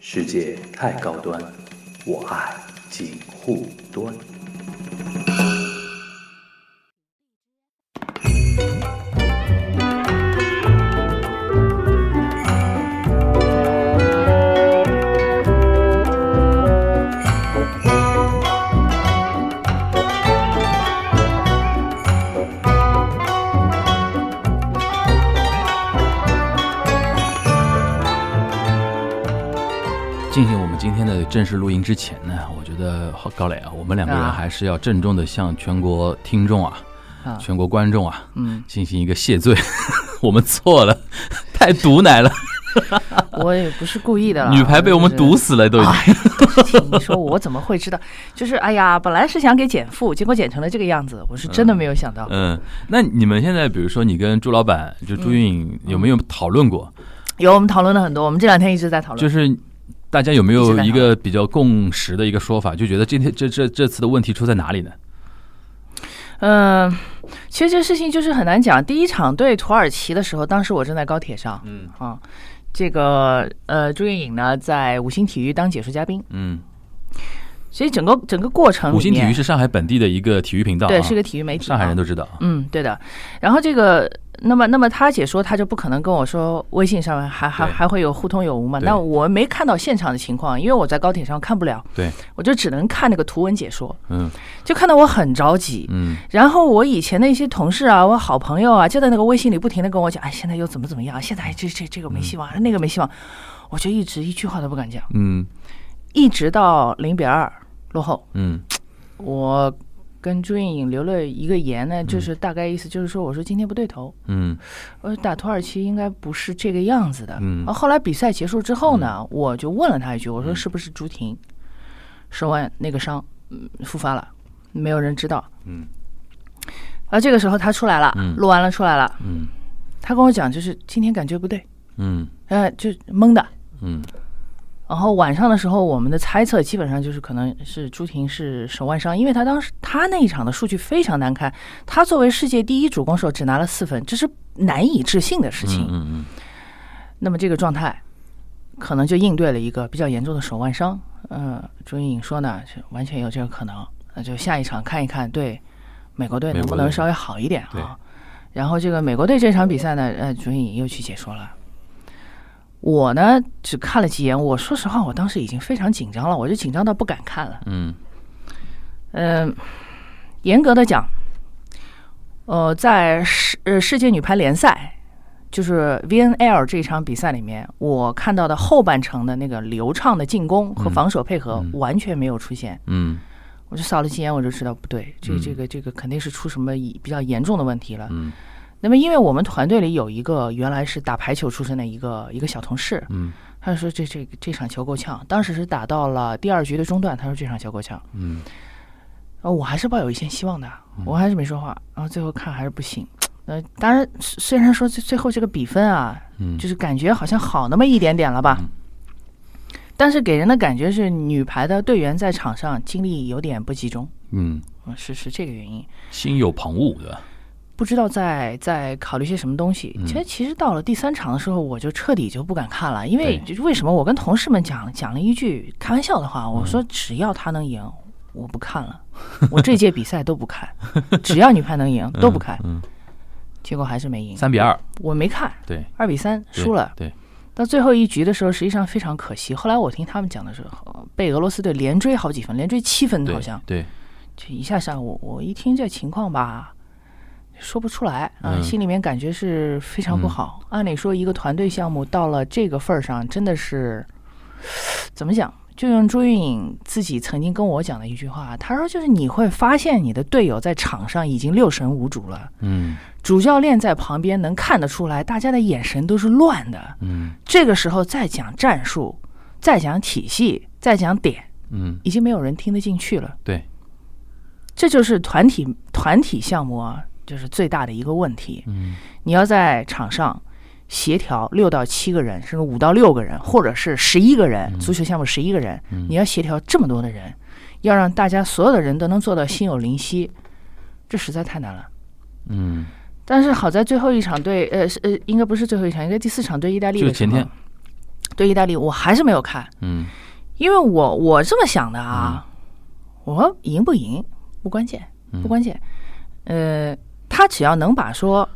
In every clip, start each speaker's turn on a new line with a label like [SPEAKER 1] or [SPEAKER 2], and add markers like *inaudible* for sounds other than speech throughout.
[SPEAKER 1] 世界太高端，我爱锦护端。
[SPEAKER 2] 进行我们今天的正式录音之前呢，我觉得好高磊啊，我们两个人
[SPEAKER 3] 啊
[SPEAKER 2] 还是要郑重的向全国听众啊、
[SPEAKER 3] 啊
[SPEAKER 2] 全国观众啊
[SPEAKER 3] 嗯，
[SPEAKER 2] 进行一个谢罪， *laughs* 我们错了， *laughs* 太毒奶
[SPEAKER 3] *laughs*
[SPEAKER 2] 了，
[SPEAKER 3] 我也不是故意的啦。
[SPEAKER 2] 女排被我们毒
[SPEAKER 3] 死。
[SPEAKER 2] 死了都已经。
[SPEAKER 3] 啊 *laughs* 你说我怎么会知道？就是哎呀，本来是想给减负，结果减成了这个样子，我是真的没有想到。
[SPEAKER 2] 嗯，那你们现在比如说你跟朱老板就朱云
[SPEAKER 3] 嗯
[SPEAKER 2] 影有没有讨论过？
[SPEAKER 3] 有我们讨论了很多，我们这两天一直在讨论。
[SPEAKER 2] 就是大家有没
[SPEAKER 3] 一直
[SPEAKER 2] 有
[SPEAKER 3] 在
[SPEAKER 2] 一
[SPEAKER 3] 讨
[SPEAKER 2] 个比较共识的一个说法？就觉得这天这这这次的问题出在哪里呢？
[SPEAKER 3] 嗯、其实这个事情就是很难讲。第一场对土耳其的时候，当时我正在高铁上，
[SPEAKER 2] 嗯
[SPEAKER 3] 啊，这个呃朱云颖呢在五星体育当解说嘉宾，
[SPEAKER 2] 嗯，
[SPEAKER 3] 所以整个整个过程里
[SPEAKER 2] 五星体育
[SPEAKER 3] 面
[SPEAKER 2] 是上海本地的一个体育频道、啊，
[SPEAKER 3] 对是个体育媒体，
[SPEAKER 2] 上海人
[SPEAKER 3] 啊
[SPEAKER 2] 都知道啊。
[SPEAKER 3] 嗯，对的。然后这个，那么那么他解说，他就不可能跟我说微信上面还还
[SPEAKER 2] 对
[SPEAKER 3] 还会有互通有无嘛？
[SPEAKER 2] 对
[SPEAKER 3] 那我没看到现场的情况，因为我在高铁上看不了，
[SPEAKER 2] 对，
[SPEAKER 3] 我就只能看那个图文解说，
[SPEAKER 2] 嗯
[SPEAKER 3] 就看到我很着急。
[SPEAKER 2] 嗯
[SPEAKER 3] 然后我以前的一些同事啊，我好朋友啊，就在那个微信里不停的跟我讲，哎，现在又怎么怎么样，现在这这这个没希望，那个没希望，我就一直一句话都不敢讲，
[SPEAKER 2] 嗯
[SPEAKER 3] 一直到零比二落后，
[SPEAKER 2] 嗯
[SPEAKER 3] 我跟朱运颖留了一个言呢，就是大概意思就是说，我说今天不对头，
[SPEAKER 2] 嗯
[SPEAKER 3] 我说打土耳其应该不是这个样子的。
[SPEAKER 2] 嗯
[SPEAKER 3] 啊后来比赛结束之后呢，我就问了他一句，我说是不是朱婷手腕那个伤、嗯、复发了？没有人知道。
[SPEAKER 2] 嗯。
[SPEAKER 3] 而这个时候他出来了，
[SPEAKER 2] 嗯
[SPEAKER 3] 录完了出来了，
[SPEAKER 2] 嗯
[SPEAKER 3] 他跟我讲就是今天感觉不对，
[SPEAKER 2] 嗯
[SPEAKER 3] 呃，就懵的。
[SPEAKER 2] 嗯
[SPEAKER 3] 然后晚上的时候，我们的猜测基本上就是可能是朱婷是手腕伤，因为她当时她那一场的数据非常难看，她作为世界第一主攻手只拿了四分，这是难以置信的事情。
[SPEAKER 2] 嗯
[SPEAKER 3] 那么这个状态，可能就应对了一个比较严重的手腕伤。呃，朱云颖说呢，是完全有这个可能，那就下一场看一看对美国队
[SPEAKER 2] 美
[SPEAKER 3] 能
[SPEAKER 2] 国
[SPEAKER 3] 不
[SPEAKER 2] 队
[SPEAKER 3] 能稍微好一点
[SPEAKER 2] 对
[SPEAKER 3] 啊。然后这个美国队这场比赛呢，呃，朱云颖又去解说了。我呢只看了几眼，我说实话，我当时已经非常紧张了，我就紧张到不敢看了。
[SPEAKER 2] 嗯
[SPEAKER 3] 嗯、严格的讲，呃，在世呃世界女排联赛，就是 VNL 这一场比赛里面，我看到的后半程的那个流畅的进攻和防守配合完全没有出现。
[SPEAKER 2] 嗯
[SPEAKER 3] 我就扫了几眼，我就知道不对，这
[SPEAKER 2] 嗯
[SPEAKER 3] 这个这个肯定是出什么以比较严重的问题了。
[SPEAKER 2] 嗯
[SPEAKER 3] 那么，因为我们团队里有一个原来是打排球出身的一个一个小同事，
[SPEAKER 2] 嗯
[SPEAKER 3] 他就说这这这场球够呛，当时是打到了第二局的中段，他说这场球够呛。
[SPEAKER 2] 嗯
[SPEAKER 3] 呃，我还是抱有一线希望的，我还是没说话。然后最后看还是不行。呃，当然，虽虽然说最最后这个比分啊，
[SPEAKER 2] 嗯
[SPEAKER 3] 就是感觉好像好那么一点点了吧，但是给人的感觉是女排的队员在场上精力有点不集中，
[SPEAKER 2] 嗯，
[SPEAKER 3] 嗯是是这个原因，
[SPEAKER 2] 心有旁骛，对吧？
[SPEAKER 3] 不知道在在考虑些什么东西。
[SPEAKER 2] 嗯
[SPEAKER 3] 其实其实到了第三场的时候，我就彻底就不敢看了，因为
[SPEAKER 2] 对
[SPEAKER 3] 就是为什么？我跟同事们讲讲了一句开玩笑的话，
[SPEAKER 2] 嗯
[SPEAKER 3] 我说只要她能赢，我不看了，我这届比赛都不看，只要女排能赢都不看。
[SPEAKER 2] 嗯，
[SPEAKER 3] 结果还是没赢，
[SPEAKER 2] 三比二，
[SPEAKER 3] 我没看，
[SPEAKER 2] 对，
[SPEAKER 3] 二比三
[SPEAKER 2] 对
[SPEAKER 3] 输了。
[SPEAKER 2] 对，
[SPEAKER 3] 到最后一局的时候，实际上非常可惜。后来我听他们讲的时候，被俄罗斯队连追好几分，连追七分
[SPEAKER 2] 对
[SPEAKER 3] 好像，
[SPEAKER 2] 对，
[SPEAKER 3] 就一下上我我一听这情况吧，说不出来啊，
[SPEAKER 2] 嗯
[SPEAKER 3] 心里面感觉是非常不好。按理说，一个团队项目到了这个份儿上，真的是怎么讲？就用朱云颖自己曾经跟我讲的一句话，他说就是你会发现你的队友在场上已经六神无主了，
[SPEAKER 2] 嗯
[SPEAKER 3] 主教练在旁边能看得出来，大家的眼神都是乱的。
[SPEAKER 2] 嗯
[SPEAKER 3] 这个时候再讲战术，再讲体系，再讲点，
[SPEAKER 2] 嗯，
[SPEAKER 3] 已经没有人听得进去了。
[SPEAKER 2] 对，
[SPEAKER 3] 这就是团体团体项目啊，就是最大的一个问题。
[SPEAKER 2] 嗯
[SPEAKER 3] 你要在场上协调六到七个人，甚至五到六个人，或者是十一个人，
[SPEAKER 2] 嗯
[SPEAKER 3] 足球项目十一个人，你要协调这么多的人，要让大家所有的人都能做到心有灵犀，这实在太难了。
[SPEAKER 2] 嗯，
[SPEAKER 3] 但是好在最后一场对，呃，是呃，应该不是最后一场，应该第四场对意大利
[SPEAKER 2] 就
[SPEAKER 3] 的
[SPEAKER 2] 是前
[SPEAKER 3] 时候
[SPEAKER 2] 天，
[SPEAKER 3] 对意大利我还是没有看，
[SPEAKER 2] 嗯
[SPEAKER 3] 因为我我这么想的啊，我说赢不赢不关键，
[SPEAKER 2] 嗯
[SPEAKER 3] 不关键，呃，他只要能把说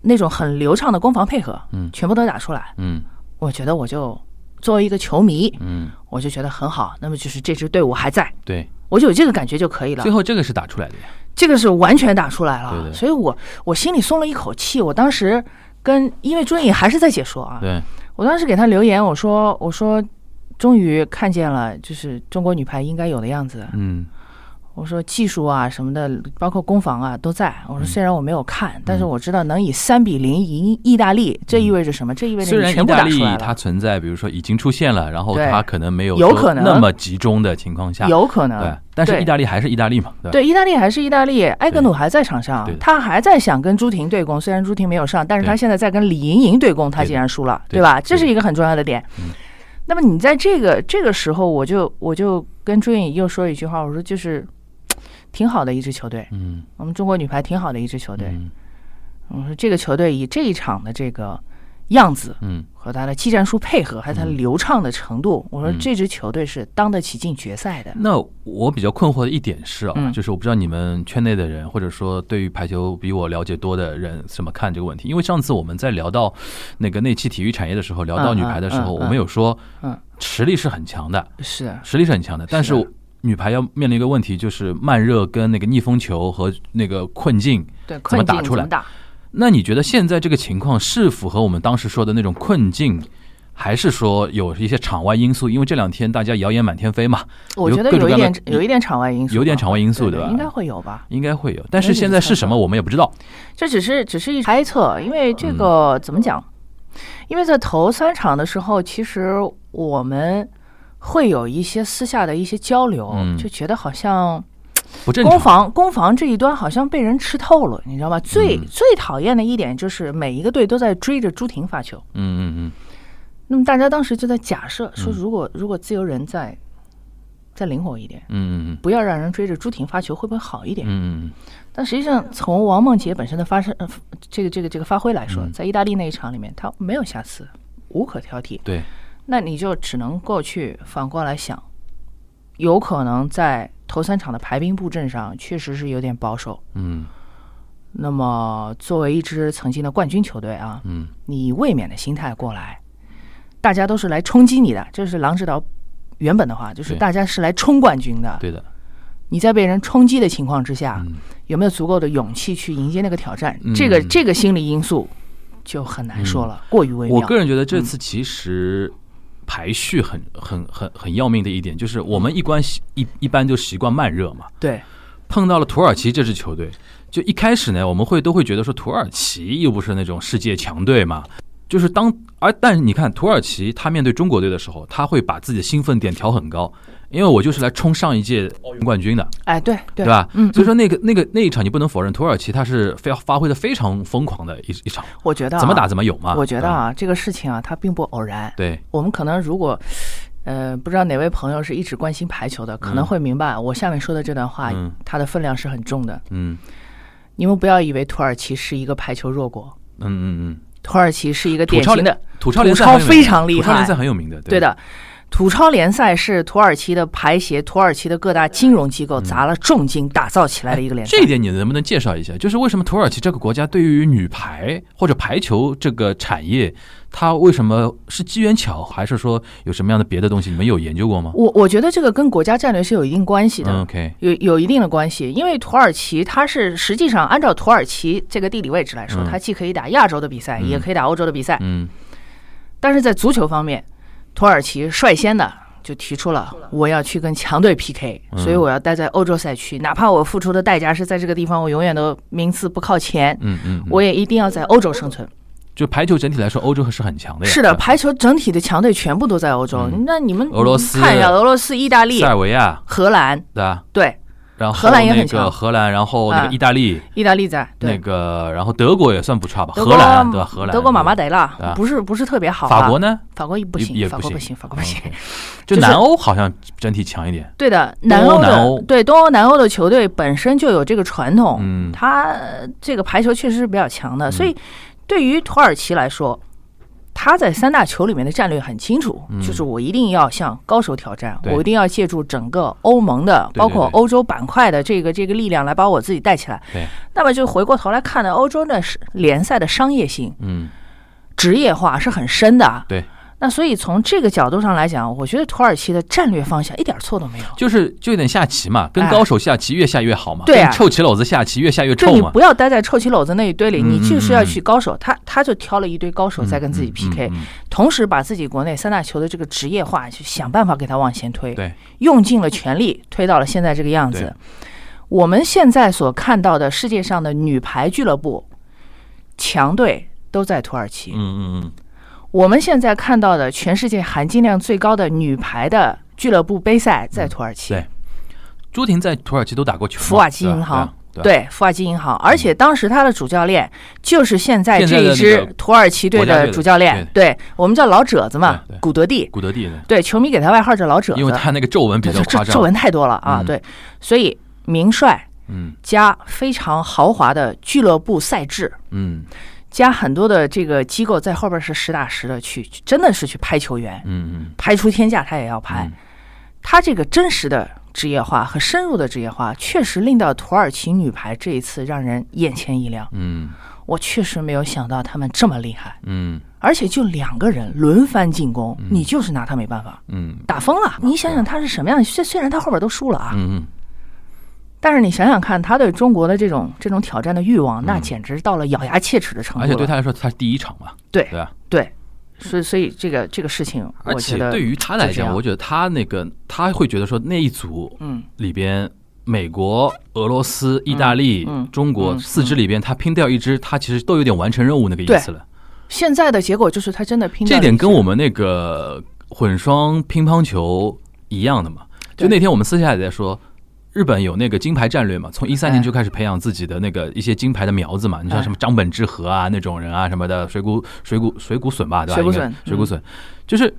[SPEAKER 3] 那种很流畅的攻防配合，
[SPEAKER 2] 嗯
[SPEAKER 3] 全部都打出来，
[SPEAKER 2] 嗯
[SPEAKER 3] 我觉得我就作为一个球迷，
[SPEAKER 2] 嗯，
[SPEAKER 3] 我就觉得很好。那么就是这支队伍还在，
[SPEAKER 2] 对，
[SPEAKER 3] 我就有这个感觉就可以了
[SPEAKER 2] 最。后这个是打出来的呀，
[SPEAKER 3] 这个是完全打出来了，
[SPEAKER 2] 对对
[SPEAKER 3] 所以我我心里松了一口气。我当时跟因为朱颖还是在解说啊，
[SPEAKER 2] 对，
[SPEAKER 3] 我当时给他留言，我说我说终于看见了，就是中国女排应该有的样子。
[SPEAKER 2] 嗯
[SPEAKER 3] 我说技术啊什么的，包括攻防啊都在。我说
[SPEAKER 2] 嗯
[SPEAKER 3] 虽然我没有看，但是我知道能以三比零赢意大利，这意味着什么？这意味
[SPEAKER 2] 嗯
[SPEAKER 3] 着
[SPEAKER 2] 虽
[SPEAKER 3] 你
[SPEAKER 2] 然
[SPEAKER 3] 全
[SPEAKER 2] 意
[SPEAKER 3] 部
[SPEAKER 2] 大
[SPEAKER 3] 打
[SPEAKER 2] 利
[SPEAKER 3] 出来
[SPEAKER 2] 它
[SPEAKER 3] 了，
[SPEAKER 2] 存在，比如说已经出现了，然后
[SPEAKER 3] 对
[SPEAKER 2] 它可能没有
[SPEAKER 3] 有
[SPEAKER 2] 说
[SPEAKER 3] 可能
[SPEAKER 2] 那么集中的情况下，
[SPEAKER 3] 有可
[SPEAKER 2] 对
[SPEAKER 3] 能。，
[SPEAKER 2] 但是
[SPEAKER 3] 对
[SPEAKER 2] 意大利还是意大利嘛，对吧
[SPEAKER 3] 对，意大利还是意大利，埃格努还在场上
[SPEAKER 2] 对的，
[SPEAKER 3] 他还在想跟朱婷对攻，虽然朱婷没有上，但是他
[SPEAKER 2] 对
[SPEAKER 3] 现在在跟李盈莹对攻，他
[SPEAKER 2] 对的
[SPEAKER 3] 竟然输了，
[SPEAKER 2] 对
[SPEAKER 3] 对吧？
[SPEAKER 2] 的嗯
[SPEAKER 3] 这是一个很重要的点。那么你在这个这个时候，我就我就跟朱颖又说一句话，我说就是挺好的一支球队，
[SPEAKER 2] 嗯，
[SPEAKER 3] 我们中国女排挺好的一支球队。
[SPEAKER 2] 嗯
[SPEAKER 3] 我说这个球队以这一场的这个样子
[SPEAKER 2] 嗯
[SPEAKER 3] 和他的技战术配合，还有他的流畅的程度，我说
[SPEAKER 2] 嗯
[SPEAKER 3] 这支球队是当得起进决赛的。
[SPEAKER 2] 那我比较困惑的一点是啊，
[SPEAKER 3] 嗯
[SPEAKER 2] 就是我不知道你们圈内的人，或者说对于排球比我了解多的人怎么看这个问题。因为上次我们在聊到那个那期体育产业的时候，聊到女排的时候，
[SPEAKER 3] 嗯嗯嗯
[SPEAKER 2] 我们有说，
[SPEAKER 3] 嗯，
[SPEAKER 2] 实力是很强的，
[SPEAKER 3] 是的，
[SPEAKER 2] 实力是很强的，但是女排要面临一个问题，就是慢热跟那个逆风球和那个困境。
[SPEAKER 3] 对，
[SPEAKER 2] 么
[SPEAKER 3] 困
[SPEAKER 2] 打
[SPEAKER 3] 境
[SPEAKER 2] 出
[SPEAKER 3] 怎
[SPEAKER 2] 来
[SPEAKER 3] 么打？
[SPEAKER 2] 那你觉得现在这个情况是符合我们当时说的那种困境？还是说有一些场外因素，因为这两天大家谣言满天飞嘛，
[SPEAKER 3] 我
[SPEAKER 2] 有
[SPEAKER 3] 觉得
[SPEAKER 2] 各种
[SPEAKER 3] 有一
[SPEAKER 2] 各样
[SPEAKER 3] 点
[SPEAKER 2] 的
[SPEAKER 3] 有一点场外因素吧，
[SPEAKER 2] 有点场外因素
[SPEAKER 3] 对
[SPEAKER 2] 对吧
[SPEAKER 3] 应该会有吧？
[SPEAKER 2] 应该会有。但是现在是什么，我们也不知道。
[SPEAKER 3] 这只是只是一猜测，因为
[SPEAKER 2] 嗯
[SPEAKER 3] 这个怎么讲？因为在头三场的时候，其实我们会有一些私下的一些交流，
[SPEAKER 2] 嗯
[SPEAKER 3] 就觉得好像
[SPEAKER 2] 不正
[SPEAKER 3] 攻
[SPEAKER 2] 常。
[SPEAKER 3] 防攻防这一端好像被人吃透了，你知道吗？最、最讨厌的一点就是每一个队都在追着朱婷发球。
[SPEAKER 2] 嗯嗯
[SPEAKER 3] 那么大家当时就在假设说，如果、如果自由人再再灵活一点，
[SPEAKER 2] 嗯嗯
[SPEAKER 3] 不要让人追着朱婷发球，会不会好一点？
[SPEAKER 2] 嗯嗯
[SPEAKER 3] 但实际上，从王梦洁本身的发生，呃，这个这个这个发挥来说，在意大利那一场里面，她没有瑕疵，无可挑剔。
[SPEAKER 2] 对，
[SPEAKER 3] 那你就只能够去反过来想，有可能在头三场的排兵布阵上确实是有点保守。
[SPEAKER 2] 嗯
[SPEAKER 3] 那么，作为一支曾经的冠军球队啊，
[SPEAKER 2] 嗯
[SPEAKER 3] 你以卫冕的心态过来，大家都是来冲击你的，这是狼指导原本的话，就是
[SPEAKER 2] 对
[SPEAKER 3] 大家是来冲冠军的。
[SPEAKER 2] 对的，
[SPEAKER 3] 你在被人冲击的情况之下，
[SPEAKER 2] 嗯
[SPEAKER 3] 有没有足够的勇气去迎接那个挑战？
[SPEAKER 2] 嗯
[SPEAKER 3] 这个这个心理因素就很难说了，过于微妙。
[SPEAKER 2] 我个人觉得这次其实排序很很很很要命的一点，就是我们一关习一一般就习惯慢热嘛，
[SPEAKER 3] 对
[SPEAKER 2] 碰到了土耳其这支球队，就一开始呢，我们会都会觉得说土耳其又不是那种世界强队嘛。就是当而但你看土耳其，他面对中国队的时候，他会把自己的兴奋点调很高，因为我就是来冲上一届奥运冠军的，
[SPEAKER 3] 哎，对对
[SPEAKER 2] 对吧？
[SPEAKER 3] 嗯，
[SPEAKER 2] 所以说那个那个那一场你不能否认，土耳其他是非要发挥的非常疯狂的一一场，
[SPEAKER 3] 我觉得啊
[SPEAKER 2] 怎么打？怎么有嘛。
[SPEAKER 3] 我觉得
[SPEAKER 2] 嗯
[SPEAKER 3] 啊，这个事情啊，它并不偶然。
[SPEAKER 2] 对，
[SPEAKER 3] 我们可能如果，呃，不知道哪位朋友是一直关心排球的，可能会明白我下面说的这段话，
[SPEAKER 2] 嗯
[SPEAKER 3] 它的分量是很重的。
[SPEAKER 2] 嗯
[SPEAKER 3] 你们不要以为土耳其是一个排球弱国，
[SPEAKER 2] 嗯嗯嗯，
[SPEAKER 3] 土耳其是一个
[SPEAKER 2] 土
[SPEAKER 3] 典
[SPEAKER 2] 超
[SPEAKER 3] 型的
[SPEAKER 2] 联土超联赛很有名
[SPEAKER 3] 土超非常厉害
[SPEAKER 2] 土超联赛很有名的，
[SPEAKER 3] 对，的，土超联赛是土耳其的排协、土耳其的各大金融机
[SPEAKER 2] 嗯
[SPEAKER 3] 构砸了重金打造起来的一个联赛。
[SPEAKER 2] 这一点你能不能介绍一下？就是为什么土耳其这个国家对于女排或者排球这个产业，它为什么是机缘巧合，还是说有什么样的别的东西？你们有研究过吗？
[SPEAKER 3] 我我觉得这个跟国家战略是有一定关系的。
[SPEAKER 2] 嗯，OK，
[SPEAKER 3] 有有一定的关系，因为土耳其它是实际上按照土耳其这个地理位置来说，
[SPEAKER 2] 嗯
[SPEAKER 3] 它既可以打亚洲的比赛，也可以打欧洲的比赛。
[SPEAKER 2] 嗯
[SPEAKER 3] 但是在足球方面，土耳其率先的就提出了我要去跟强队 PK，、所以
[SPEAKER 2] 嗯
[SPEAKER 3] 我要待在欧洲赛区，哪怕我付出的代价是在这个地方我永远都名次不靠前，
[SPEAKER 2] 嗯嗯，嗯
[SPEAKER 3] 我也一定要在欧洲生存。
[SPEAKER 2] 就排球整体来说，欧洲是很强的呀，
[SPEAKER 3] 是的，排球整体的强队全部都在欧洲。那你们
[SPEAKER 2] 嗯俄罗斯
[SPEAKER 3] 看一下，俄罗斯、意大利
[SPEAKER 2] 塞、尔维亚
[SPEAKER 3] 荷兰，
[SPEAKER 2] 对吧？
[SPEAKER 3] 对，
[SPEAKER 2] 然后
[SPEAKER 3] 荷兰也很
[SPEAKER 2] 那个
[SPEAKER 3] 强
[SPEAKER 2] 荷兰，然后那
[SPEAKER 3] 啊
[SPEAKER 2] 个意大利，
[SPEAKER 3] 意大利在
[SPEAKER 2] 那
[SPEAKER 3] 对。
[SPEAKER 2] 个然后德国也算不差吧，
[SPEAKER 3] 德
[SPEAKER 2] 荷
[SPEAKER 3] 国
[SPEAKER 2] 兰对吧？荷兰
[SPEAKER 3] 德国马马
[SPEAKER 2] 对
[SPEAKER 3] 得了
[SPEAKER 2] 对啊，
[SPEAKER 3] 不是不是特别好、
[SPEAKER 2] 吧
[SPEAKER 3] 啊。
[SPEAKER 2] 法国？呢？
[SPEAKER 3] 法国也不
[SPEAKER 2] 也
[SPEAKER 3] 行，
[SPEAKER 2] 也
[SPEAKER 3] 法
[SPEAKER 2] 不
[SPEAKER 3] 国不
[SPEAKER 2] 行
[SPEAKER 3] 行，法国不行。
[SPEAKER 2] 就
[SPEAKER 3] 就是
[SPEAKER 2] 南欧好像整体强一点，
[SPEAKER 3] 对的，
[SPEAKER 2] 欧
[SPEAKER 3] 南欧的
[SPEAKER 2] 南欧
[SPEAKER 3] 对东欧、南欧的球队本身就有这个传统，
[SPEAKER 2] 嗯
[SPEAKER 3] 呃它这个排球确实是比较强的，所以对于土耳其来说，他在三大球里面的战略很清楚，
[SPEAKER 2] 嗯
[SPEAKER 3] 就是我一定要向高手挑战，
[SPEAKER 2] 对
[SPEAKER 3] 我一定要借助整个欧盟的，
[SPEAKER 2] 对对
[SPEAKER 3] 包括
[SPEAKER 2] 对
[SPEAKER 3] 欧洲板块的这个这个力量来把我自己带起来。
[SPEAKER 2] 对，
[SPEAKER 3] 那么就回过头来看呢，欧洲的是联赛的商业性、
[SPEAKER 2] 嗯，
[SPEAKER 3] 职业化是很深的。
[SPEAKER 2] 对。
[SPEAKER 3] 那所以从这个角度上来讲，我觉得土耳其的战略方向一点错都没有。
[SPEAKER 2] 就是就有点下棋嘛，跟
[SPEAKER 3] 哎
[SPEAKER 2] 高手下棋越下越好嘛，
[SPEAKER 3] 对啊
[SPEAKER 2] 跟臭棋篓子下棋越下越
[SPEAKER 3] 就
[SPEAKER 2] 臭
[SPEAKER 3] 你
[SPEAKER 2] 嘛。
[SPEAKER 3] 不要待在臭棋篓子那一堆里，
[SPEAKER 2] 嗯
[SPEAKER 3] 你就是
[SPEAKER 2] 嗯
[SPEAKER 3] 要
[SPEAKER 2] 嗯
[SPEAKER 3] 去高手。他他就挑了一堆高手在跟自己
[SPEAKER 2] 嗯嗯
[SPEAKER 3] PK，、
[SPEAKER 2] 嗯嗯
[SPEAKER 3] 同时把自己国内三大球的这个职业化，去想办法给他往前推。
[SPEAKER 2] 对，
[SPEAKER 3] 用尽了全力推到了现在这个样
[SPEAKER 2] 对
[SPEAKER 3] 子。我们现在所看到的世界上的女排俱乐部强队都在土耳其。
[SPEAKER 2] 嗯嗯嗯，
[SPEAKER 3] 我们现在看到的全世界含金量最高的女排的俱乐部杯赛在土耳其。
[SPEAKER 2] 嗯对朱婷在土耳其都打过球嘛，
[SPEAKER 3] 福瓦基银行
[SPEAKER 2] 对吧，对吧
[SPEAKER 3] 对，富尔基银行，而且当时他的主教练就是现在
[SPEAKER 2] 现在
[SPEAKER 3] 这
[SPEAKER 2] 的
[SPEAKER 3] 一
[SPEAKER 2] 那
[SPEAKER 3] 支
[SPEAKER 2] 个
[SPEAKER 3] 土耳其队
[SPEAKER 2] 国家队
[SPEAKER 3] 的
[SPEAKER 2] 的
[SPEAKER 3] 主教练，对我们叫老褶子嘛
[SPEAKER 2] 对对，
[SPEAKER 3] 古德蒂，
[SPEAKER 2] 古德蒂呢，
[SPEAKER 3] 对，球迷给他外号叫老褶子，
[SPEAKER 2] 因为他那个皱纹比较
[SPEAKER 3] 这
[SPEAKER 2] 夸
[SPEAKER 3] 这皱
[SPEAKER 2] 张，
[SPEAKER 3] 纹太多了啊，
[SPEAKER 2] 嗯
[SPEAKER 3] 对，所以名帅
[SPEAKER 2] 嗯
[SPEAKER 3] 加非常豪华的俱乐部赛制，
[SPEAKER 2] 嗯
[SPEAKER 3] 加很多的这个机构在后边是实打实的去，去真的是去拍球员，
[SPEAKER 2] 嗯嗯，
[SPEAKER 3] 拍出天价他也要拍
[SPEAKER 2] 嗯。
[SPEAKER 3] 他这个真实的职业化和深入的职业化，确实令到土耳其女排这一次让人眼前一亮。
[SPEAKER 2] 嗯
[SPEAKER 3] 我确实没有想到他们这么厉害，
[SPEAKER 2] 嗯
[SPEAKER 3] 而且就两个人轮番进攻，你就是拿他没办法，
[SPEAKER 2] 嗯
[SPEAKER 3] 打疯了。你想想他是什么样？虽虽然他后边都输了啊，
[SPEAKER 2] 嗯嗯，
[SPEAKER 3] 但是你想想看，他对中国的这种这种挑战的欲望，那简直到了咬牙切齿的程度
[SPEAKER 2] 嗯
[SPEAKER 3] 了。
[SPEAKER 2] 而且对他来说，他是第一场嘛，
[SPEAKER 3] 对
[SPEAKER 2] 对吧？
[SPEAKER 3] 对，所以所以这个这个事情，
[SPEAKER 2] 而
[SPEAKER 3] 我
[SPEAKER 2] 且
[SPEAKER 3] 觉得
[SPEAKER 2] 对于他来讲，我觉得他那个他会觉得说那一组
[SPEAKER 3] 嗯
[SPEAKER 2] 里边，美国、俄罗斯、意大利、
[SPEAKER 3] 嗯
[SPEAKER 2] 中国
[SPEAKER 3] 嗯
[SPEAKER 2] 四支里边，他拼掉一支，他其实都有点完成任务那个意思了。
[SPEAKER 3] 现在的结果就是他真的拼到
[SPEAKER 2] 这
[SPEAKER 3] 一
[SPEAKER 2] 点
[SPEAKER 3] 起
[SPEAKER 2] 跟我们那个混双乒乓球一样的嘛。就
[SPEAKER 3] 对
[SPEAKER 2] 那天我们私下也在说。日本有那个金牌战略嘛，从一三
[SPEAKER 3] 哎
[SPEAKER 2] 年就开始培养自己的那个一些金牌的苗子嘛，你像
[SPEAKER 3] 哎
[SPEAKER 2] 什么张本智和啊那种人啊什么的，水谷水谷水谷隼吧，对吧？
[SPEAKER 3] 水谷
[SPEAKER 2] 应该
[SPEAKER 3] 隼
[SPEAKER 2] 水谷隼，就是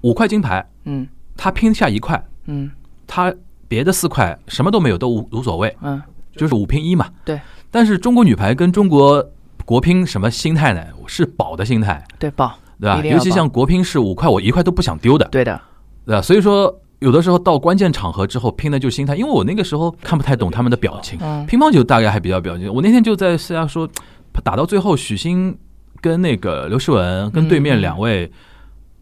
[SPEAKER 2] 五块金牌，
[SPEAKER 3] 嗯
[SPEAKER 2] 他拼下一块，
[SPEAKER 3] 嗯
[SPEAKER 2] 他别的四块什么都没有都无无所谓，
[SPEAKER 3] 嗯，
[SPEAKER 2] 就是五拼一嘛。
[SPEAKER 3] 对
[SPEAKER 2] 但是中国女排跟中国国乒什么心态呢？是保的心态，
[SPEAKER 3] 对报
[SPEAKER 2] 对吧
[SPEAKER 3] 一？定要
[SPEAKER 2] 尤其
[SPEAKER 3] 保
[SPEAKER 2] 像国乒是五块，我一块都不想丢的，
[SPEAKER 3] 对的，
[SPEAKER 2] 对呃吧？所以说，有的时候到关键场合之后拼的就是心态，因为我那个时候看不太懂他们的表情。
[SPEAKER 3] 嗯
[SPEAKER 2] 乒乓球大概还比较表情，我那天就在私下说，打到最后，许昕跟那个刘诗雯跟对面两位。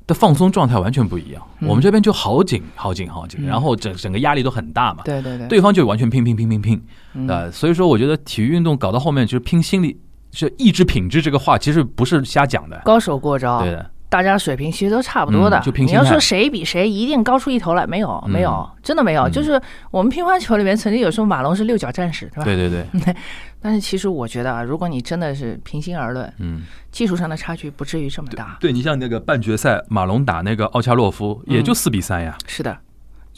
[SPEAKER 2] 的放松状态完全不一样，
[SPEAKER 3] 嗯
[SPEAKER 2] 我们这边就好紧、好紧、好紧，
[SPEAKER 3] 嗯
[SPEAKER 2] 然后整整个压力都很大嘛。
[SPEAKER 3] 对对对
[SPEAKER 2] 对方就完全拼拼拼拼拼，
[SPEAKER 3] 嗯
[SPEAKER 2] 呃，所以说我觉得体育运动搞到后面就是拼心理，是意志品质这个话其实不是瞎讲的，
[SPEAKER 3] 高手过招
[SPEAKER 2] 对，的，
[SPEAKER 3] 大家水平其实都差不多的。
[SPEAKER 2] 嗯就凭
[SPEAKER 3] 你
[SPEAKER 2] 心
[SPEAKER 3] 要说
[SPEAKER 2] 态
[SPEAKER 3] 谁比谁一定高出一头来，没有
[SPEAKER 2] 嗯
[SPEAKER 3] 没有，真的没有。
[SPEAKER 2] 嗯
[SPEAKER 3] 就是我们乒乓球里面曾经有说马龙是六角战士，对吧？
[SPEAKER 2] 对对
[SPEAKER 3] *laughs*
[SPEAKER 2] 对，
[SPEAKER 3] 但是其实我觉得啊，如果你真的是平心而论，
[SPEAKER 2] 嗯，
[SPEAKER 3] 技术上的差距不至于这么大。
[SPEAKER 2] 对你像那个半决赛马龙打那个奥恰洛夫，也就四比三呀，
[SPEAKER 3] 嗯是的，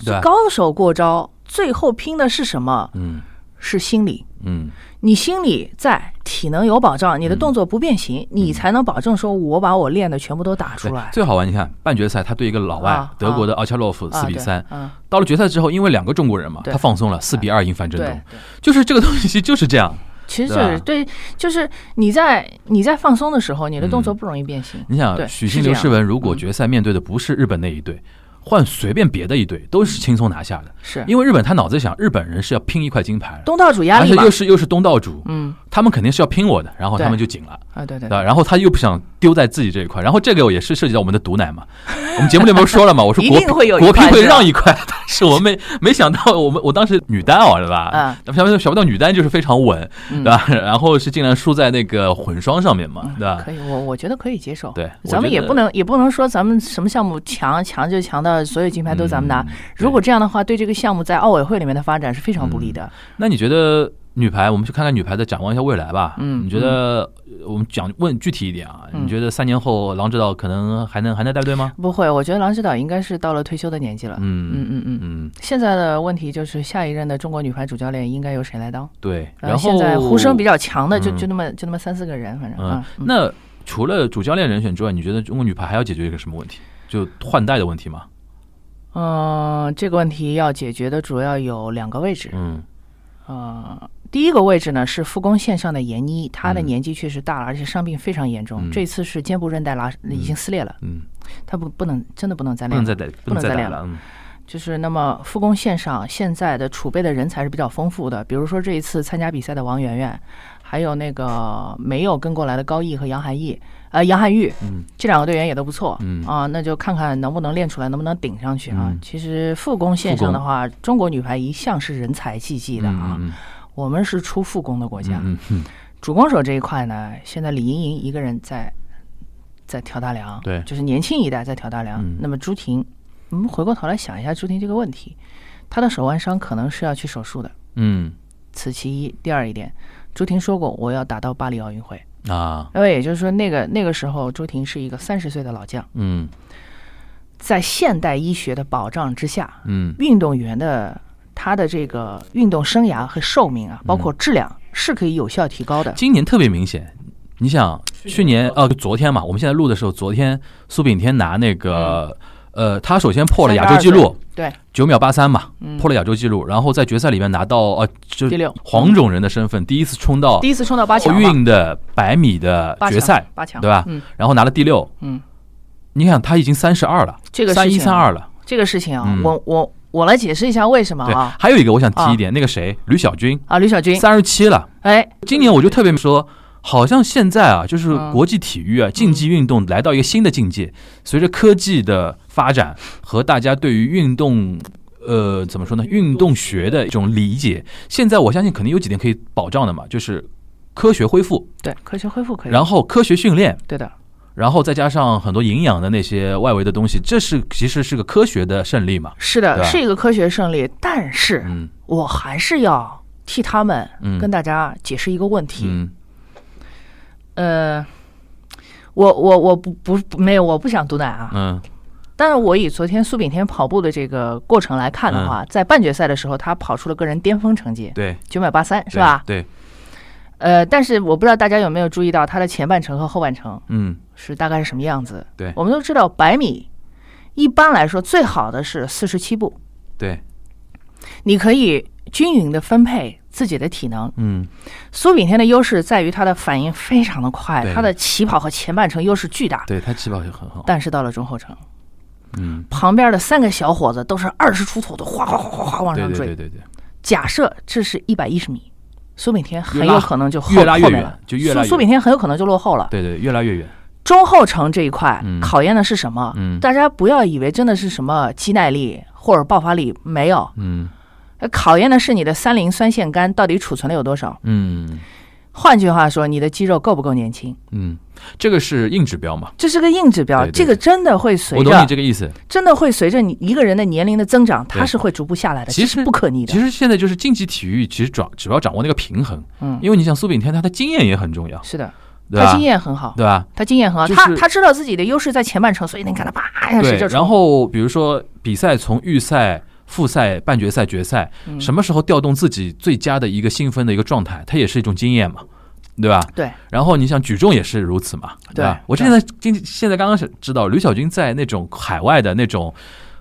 [SPEAKER 2] 对啊吧？
[SPEAKER 3] 高手过招，最后拼的是什么？
[SPEAKER 2] 嗯
[SPEAKER 3] 是心理。
[SPEAKER 2] 嗯，
[SPEAKER 3] 你心里在，体能有保障，你的动作不变形，你才能保证说，我把我练的全部都打出
[SPEAKER 2] 对
[SPEAKER 3] 来。
[SPEAKER 2] 最好玩，你看半决赛他对一个老外
[SPEAKER 3] 啊
[SPEAKER 2] 德国的奥恰洛夫
[SPEAKER 3] 啊
[SPEAKER 2] 四比
[SPEAKER 3] 对
[SPEAKER 2] 三，
[SPEAKER 3] 嗯，
[SPEAKER 2] 到了决赛之后，因为两个中国人嘛，
[SPEAKER 3] 对
[SPEAKER 2] 他放松了，四比二赢反
[SPEAKER 3] 对
[SPEAKER 2] 震东，
[SPEAKER 3] 对
[SPEAKER 2] 就是这个东西就是这样。
[SPEAKER 3] 其实就
[SPEAKER 2] 对吧
[SPEAKER 3] 是对，就是你在你在放松的时候，你的动作不容易变形。
[SPEAKER 2] 嗯你想
[SPEAKER 3] 对，
[SPEAKER 2] 许昕、
[SPEAKER 3] 是这
[SPEAKER 2] 刘
[SPEAKER 3] 样
[SPEAKER 2] 诗雯如果
[SPEAKER 3] 嗯
[SPEAKER 2] 决赛面对的不是日本那一队，换随便别的一队都是轻松拿下的。
[SPEAKER 3] 是
[SPEAKER 2] 因为日本他脑子想，日本人是要拼一块金牌的，
[SPEAKER 3] 东道主压
[SPEAKER 2] 而
[SPEAKER 3] 力
[SPEAKER 2] 且
[SPEAKER 3] 嘛
[SPEAKER 2] 又。是又是东道主，
[SPEAKER 3] 嗯
[SPEAKER 2] 他们肯定是要拼我的，然后
[SPEAKER 3] 对
[SPEAKER 2] 他们就紧了，
[SPEAKER 3] 啊，对对
[SPEAKER 2] 对吧？然后他又不想丢在自己这一块，然后这个也是涉及到我们的毒奶嘛。我们节目里面不是说了嘛，我说
[SPEAKER 3] 一
[SPEAKER 2] 国
[SPEAKER 3] 定会有一
[SPEAKER 2] 国
[SPEAKER 3] 块
[SPEAKER 2] 乒会
[SPEAKER 3] 是吧
[SPEAKER 2] 让一块， *laughs* 但是我没没想到，我们我当时女单哦，对吧
[SPEAKER 3] 嗯？
[SPEAKER 2] 那想不到想不到女单就是非常稳，
[SPEAKER 3] 嗯嗯
[SPEAKER 2] 对吧？ *laughs* 然后是竟然输在那个混双上面嘛，对吧
[SPEAKER 3] 可？以，我我觉得可以接受。
[SPEAKER 2] 对我
[SPEAKER 3] 咱们
[SPEAKER 2] 觉
[SPEAKER 3] 也
[SPEAKER 2] 得
[SPEAKER 3] 不能也不能说咱们什么项目强强就强到所有金牌都咱们拿
[SPEAKER 2] 嗯。
[SPEAKER 3] 如果这样的话，对这个项目在奥委会里面的发展是非常
[SPEAKER 2] 嗯
[SPEAKER 3] 不利的。
[SPEAKER 2] 那你觉得女排，我们去看看女排的展望一下未来吧。
[SPEAKER 3] 嗯
[SPEAKER 2] 你觉得呃我们讲问具体一点啊？
[SPEAKER 3] 嗯
[SPEAKER 2] 你觉得三年后郎指导可能还能还能带队吗？
[SPEAKER 3] 不会，我觉得郎指导应该是到了退休的年纪了。嗯
[SPEAKER 2] 嗯
[SPEAKER 3] 嗯嗯。
[SPEAKER 2] 嗯，
[SPEAKER 3] 现在的问题就是，下一任的中国女排主教练应该由谁来当？
[SPEAKER 2] 对。
[SPEAKER 3] 呃
[SPEAKER 2] 然后
[SPEAKER 3] 现在呼声比较强的就、
[SPEAKER 2] 嗯
[SPEAKER 3] 就那么就那么三四个人，反正
[SPEAKER 2] 嗯
[SPEAKER 3] 啊，嗯
[SPEAKER 2] 那除了主教练人选之外，你觉得中国女排还要解决一个什么问题？就换代的问题吗？
[SPEAKER 3] 呃嗯、这个问题要解决的主要有两个位置，
[SPEAKER 2] 嗯
[SPEAKER 3] 呃，第一个位置呢是副攻线上的延一，他的
[SPEAKER 2] 嗯
[SPEAKER 3] 年纪确实大了，而且伤病非常严重。
[SPEAKER 2] 嗯
[SPEAKER 3] 这次是肩部韧带拉已经撕裂了，
[SPEAKER 2] 嗯，
[SPEAKER 3] 他不不能真的不能再
[SPEAKER 2] 不
[SPEAKER 3] 练
[SPEAKER 2] 能
[SPEAKER 3] 了。
[SPEAKER 2] 再打，
[SPEAKER 3] 不能
[SPEAKER 2] 再
[SPEAKER 3] 再
[SPEAKER 2] 打
[SPEAKER 3] 练
[SPEAKER 2] 了，嗯
[SPEAKER 3] 就是那么副攻线上现在的储备的人才是比较丰富的，比如说这一次参加比赛的王媛媛，还有那个没有跟过来的高毅和杨涵毅，呃，杨涵玉，
[SPEAKER 2] 嗯
[SPEAKER 3] 这两个队员也都不错，
[SPEAKER 2] 嗯
[SPEAKER 3] 啊，那就看看能不能练出来，能不能顶上去啊。
[SPEAKER 2] 嗯
[SPEAKER 3] 其实副攻线上的话，中国女排一向是人才济济的啊，
[SPEAKER 2] 嗯
[SPEAKER 3] 我们是出副攻的国家，
[SPEAKER 2] 嗯嗯，
[SPEAKER 3] 主攻手这一块呢，现在李盈莹一个人在在挑大梁，
[SPEAKER 2] 对
[SPEAKER 3] 就是年轻一代在挑大梁。
[SPEAKER 2] 嗯
[SPEAKER 3] 那么朱婷，我们回过头来想一下朱婷这个问题，她的手腕伤可能是要去手术的，
[SPEAKER 2] 嗯
[SPEAKER 3] 此其一。第二一点，朱婷说过我要打到巴黎奥运会，
[SPEAKER 2] 嗯啊，
[SPEAKER 3] 那么也就是说，那个那个时候朱婷是一个三十岁的老将，
[SPEAKER 2] 嗯
[SPEAKER 3] 在现代医学的保障之下，
[SPEAKER 2] 嗯
[SPEAKER 3] 运动员的他的这个运动生涯和寿命啊，包括质量。是可以有效提高的，
[SPEAKER 2] 今年特别明显。你想，去年哦、就昨天嘛，我们现在录的时候，昨天苏炳添拿那个、
[SPEAKER 3] 嗯
[SPEAKER 2] 呃，他首先破了亚洲纪录，
[SPEAKER 3] 32岁，
[SPEAKER 2] 九秒八三嘛，
[SPEAKER 3] 嗯
[SPEAKER 2] 破了亚洲纪录，然后在决赛里面拿到呃，就
[SPEAKER 3] 第六
[SPEAKER 2] 黄种人的身份，第一次冲到
[SPEAKER 3] 对，第一次冲到八
[SPEAKER 2] 奥
[SPEAKER 3] 强嘛
[SPEAKER 2] 运的百米的
[SPEAKER 3] 八
[SPEAKER 2] 决
[SPEAKER 3] 强
[SPEAKER 2] 赛，
[SPEAKER 3] 八强，
[SPEAKER 2] 对吧
[SPEAKER 3] 嗯，
[SPEAKER 2] 然后拿了第六。
[SPEAKER 3] 嗯，
[SPEAKER 2] 你想他已经三十二了，
[SPEAKER 3] 这个
[SPEAKER 2] 三
[SPEAKER 3] 事
[SPEAKER 2] 一
[SPEAKER 3] 情
[SPEAKER 2] 三
[SPEAKER 3] 啊
[SPEAKER 2] 二了。
[SPEAKER 3] 这个事情啊，
[SPEAKER 2] 嗯
[SPEAKER 3] 我我我来解释一下为什么
[SPEAKER 2] 对
[SPEAKER 3] 啊，
[SPEAKER 2] 还有一个我想提一点，那个谁，吕小军，
[SPEAKER 3] 啊，吕小军，
[SPEAKER 2] 三十七了。
[SPEAKER 3] 哎，
[SPEAKER 2] 今年我就特别说，好像现在啊，就是
[SPEAKER 3] 嗯
[SPEAKER 2] 国际体育啊，竞技运动来到一个新的境界，随着科技的发展和大家对于运动。呃，怎么说呢？运动学的一种理解，现在我相信肯定有几点可以保障的嘛，就是科学恢复，
[SPEAKER 3] 对，科学恢复可以，
[SPEAKER 2] 然后科学训练，
[SPEAKER 3] 对的，
[SPEAKER 2] 然后再加上很多营养的那些外围的东西，这是其实是个科学的胜利嘛。
[SPEAKER 3] 是
[SPEAKER 2] 对
[SPEAKER 3] 的，
[SPEAKER 2] 吧
[SPEAKER 3] 是一个科学胜利，但是
[SPEAKER 2] 嗯
[SPEAKER 3] 我还是要替他们
[SPEAKER 2] 嗯
[SPEAKER 3] 跟大家解释一个问题，
[SPEAKER 2] 嗯
[SPEAKER 3] 呃，我我我不不不没有，我不想毒奶啊，
[SPEAKER 2] 嗯
[SPEAKER 3] 但是我以昨天苏炳添跑步的这个过程来看的话，在半决赛的时候，他跑出了个人巅峰成绩，
[SPEAKER 2] 嗯对，
[SPEAKER 3] 九秒八三，是
[SPEAKER 2] 对
[SPEAKER 3] 吧？
[SPEAKER 2] 对，
[SPEAKER 3] 呃，但是我不知道大家有没有注意到他的前半程和后半程。
[SPEAKER 2] 嗯
[SPEAKER 3] 是大概是什么样子。
[SPEAKER 2] 对
[SPEAKER 3] 我们都知道百米，一般来说最好的是四十七步，
[SPEAKER 2] 对，
[SPEAKER 3] 你可以均匀的分配自己的体能。
[SPEAKER 2] 嗯
[SPEAKER 3] 苏炳添的优势在于他的反应非常的快
[SPEAKER 2] 对，
[SPEAKER 3] 他的起跑和前半程优势巨大。
[SPEAKER 2] 对他起跑也很好。
[SPEAKER 3] 但是到了中后程，
[SPEAKER 2] 嗯，
[SPEAKER 3] 旁边的三个小伙子都是二十出头的，哗哗哗哗哗往
[SPEAKER 2] 对
[SPEAKER 3] 上
[SPEAKER 2] 对
[SPEAKER 3] 追。
[SPEAKER 2] 对对对，
[SPEAKER 3] 假设这是一百一十米，苏炳添很
[SPEAKER 2] 越拉
[SPEAKER 3] 有可能就后
[SPEAKER 2] 越拉越
[SPEAKER 3] 后面了
[SPEAKER 2] 远，就越拉
[SPEAKER 3] 苏苏
[SPEAKER 2] 越
[SPEAKER 3] 炳添很有可能就落后了。
[SPEAKER 2] 对对，越拉越远。
[SPEAKER 3] 中后程这一块、
[SPEAKER 2] 嗯
[SPEAKER 3] 考验的是什么？
[SPEAKER 2] 嗯
[SPEAKER 3] 大家不要以为真的是什么肌耐力或者爆发力，没有，
[SPEAKER 2] 嗯
[SPEAKER 3] 呃考验的是你的三磷酸腺苷到底储存了有多少。
[SPEAKER 2] 嗯
[SPEAKER 3] 换句话说，你的肌肉够不够年轻，
[SPEAKER 2] 嗯，这个是硬指标嘛？
[SPEAKER 3] 这是个硬指标。
[SPEAKER 2] 对对
[SPEAKER 3] 这个真的会随
[SPEAKER 2] 我懂你
[SPEAKER 3] 着，呃
[SPEAKER 2] 这个意思。
[SPEAKER 3] 真的会随着你一个人的年龄的增长，
[SPEAKER 2] 对
[SPEAKER 3] 它是会逐步下来的，
[SPEAKER 2] 其
[SPEAKER 3] 这
[SPEAKER 2] 实
[SPEAKER 3] 是不可逆的
[SPEAKER 2] 其。实现在就是竞技体育，其实掌主要掌握那个平衡，
[SPEAKER 3] 嗯，
[SPEAKER 2] 因为你想苏炳添他的经验也很重要，
[SPEAKER 3] 是的，
[SPEAKER 2] 对
[SPEAKER 3] 他
[SPEAKER 2] 吧
[SPEAKER 3] 经？验很好，
[SPEAKER 2] 对吧？
[SPEAKER 3] 他经验很好，
[SPEAKER 2] 就是
[SPEAKER 3] 他他知道自己的优势在前半程，所以你看他啪一下
[SPEAKER 2] 对
[SPEAKER 3] 直，就
[SPEAKER 2] 然
[SPEAKER 3] 冲。
[SPEAKER 2] 后比如说比赛从预赛、复赛、半决赛、决赛，
[SPEAKER 3] 嗯
[SPEAKER 2] 什么时候调动自己最佳的一个兴奋的一个状态，它也是一种经验嘛，对吧？
[SPEAKER 3] 对，
[SPEAKER 2] 然后你想举重也是如此嘛，
[SPEAKER 3] 对
[SPEAKER 2] 吧？我
[SPEAKER 3] 对
[SPEAKER 2] 现在今现在刚刚是知道吕小军在那种海外的那种。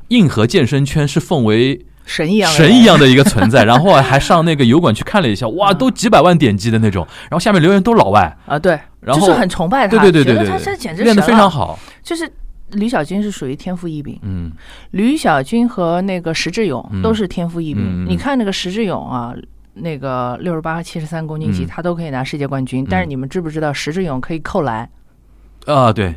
[SPEAKER 2] 硬核健身圈是奉为
[SPEAKER 3] 神一样的人，嗯
[SPEAKER 2] 神一样的一个存在， *laughs* 然后还上那个油管去看了一下，哇，都几百万点击的那种，然后下面留言都老外，
[SPEAKER 3] 啊！对，
[SPEAKER 2] 然后
[SPEAKER 3] 就是很崇拜
[SPEAKER 2] 对
[SPEAKER 3] 他，
[SPEAKER 2] 对对对
[SPEAKER 3] 觉
[SPEAKER 2] 对
[SPEAKER 3] 得他
[SPEAKER 2] 对
[SPEAKER 3] 这简直
[SPEAKER 2] 练得
[SPEAKER 3] 神
[SPEAKER 2] 非
[SPEAKER 3] 了
[SPEAKER 2] 常好，
[SPEAKER 3] 就是吕小军是属于天赋异禀，
[SPEAKER 2] 嗯
[SPEAKER 3] 吕小军和那个石志
[SPEAKER 2] 嗯
[SPEAKER 3] 勇都是天赋异禀。
[SPEAKER 2] 嗯嗯
[SPEAKER 3] 你看那个石志勇啊，那个六十八和七十三公斤级，
[SPEAKER 2] 嗯
[SPEAKER 3] 他都可以拿世界冠军。但是你们知不知道，石志勇可以扣篮，
[SPEAKER 2] 啊，对，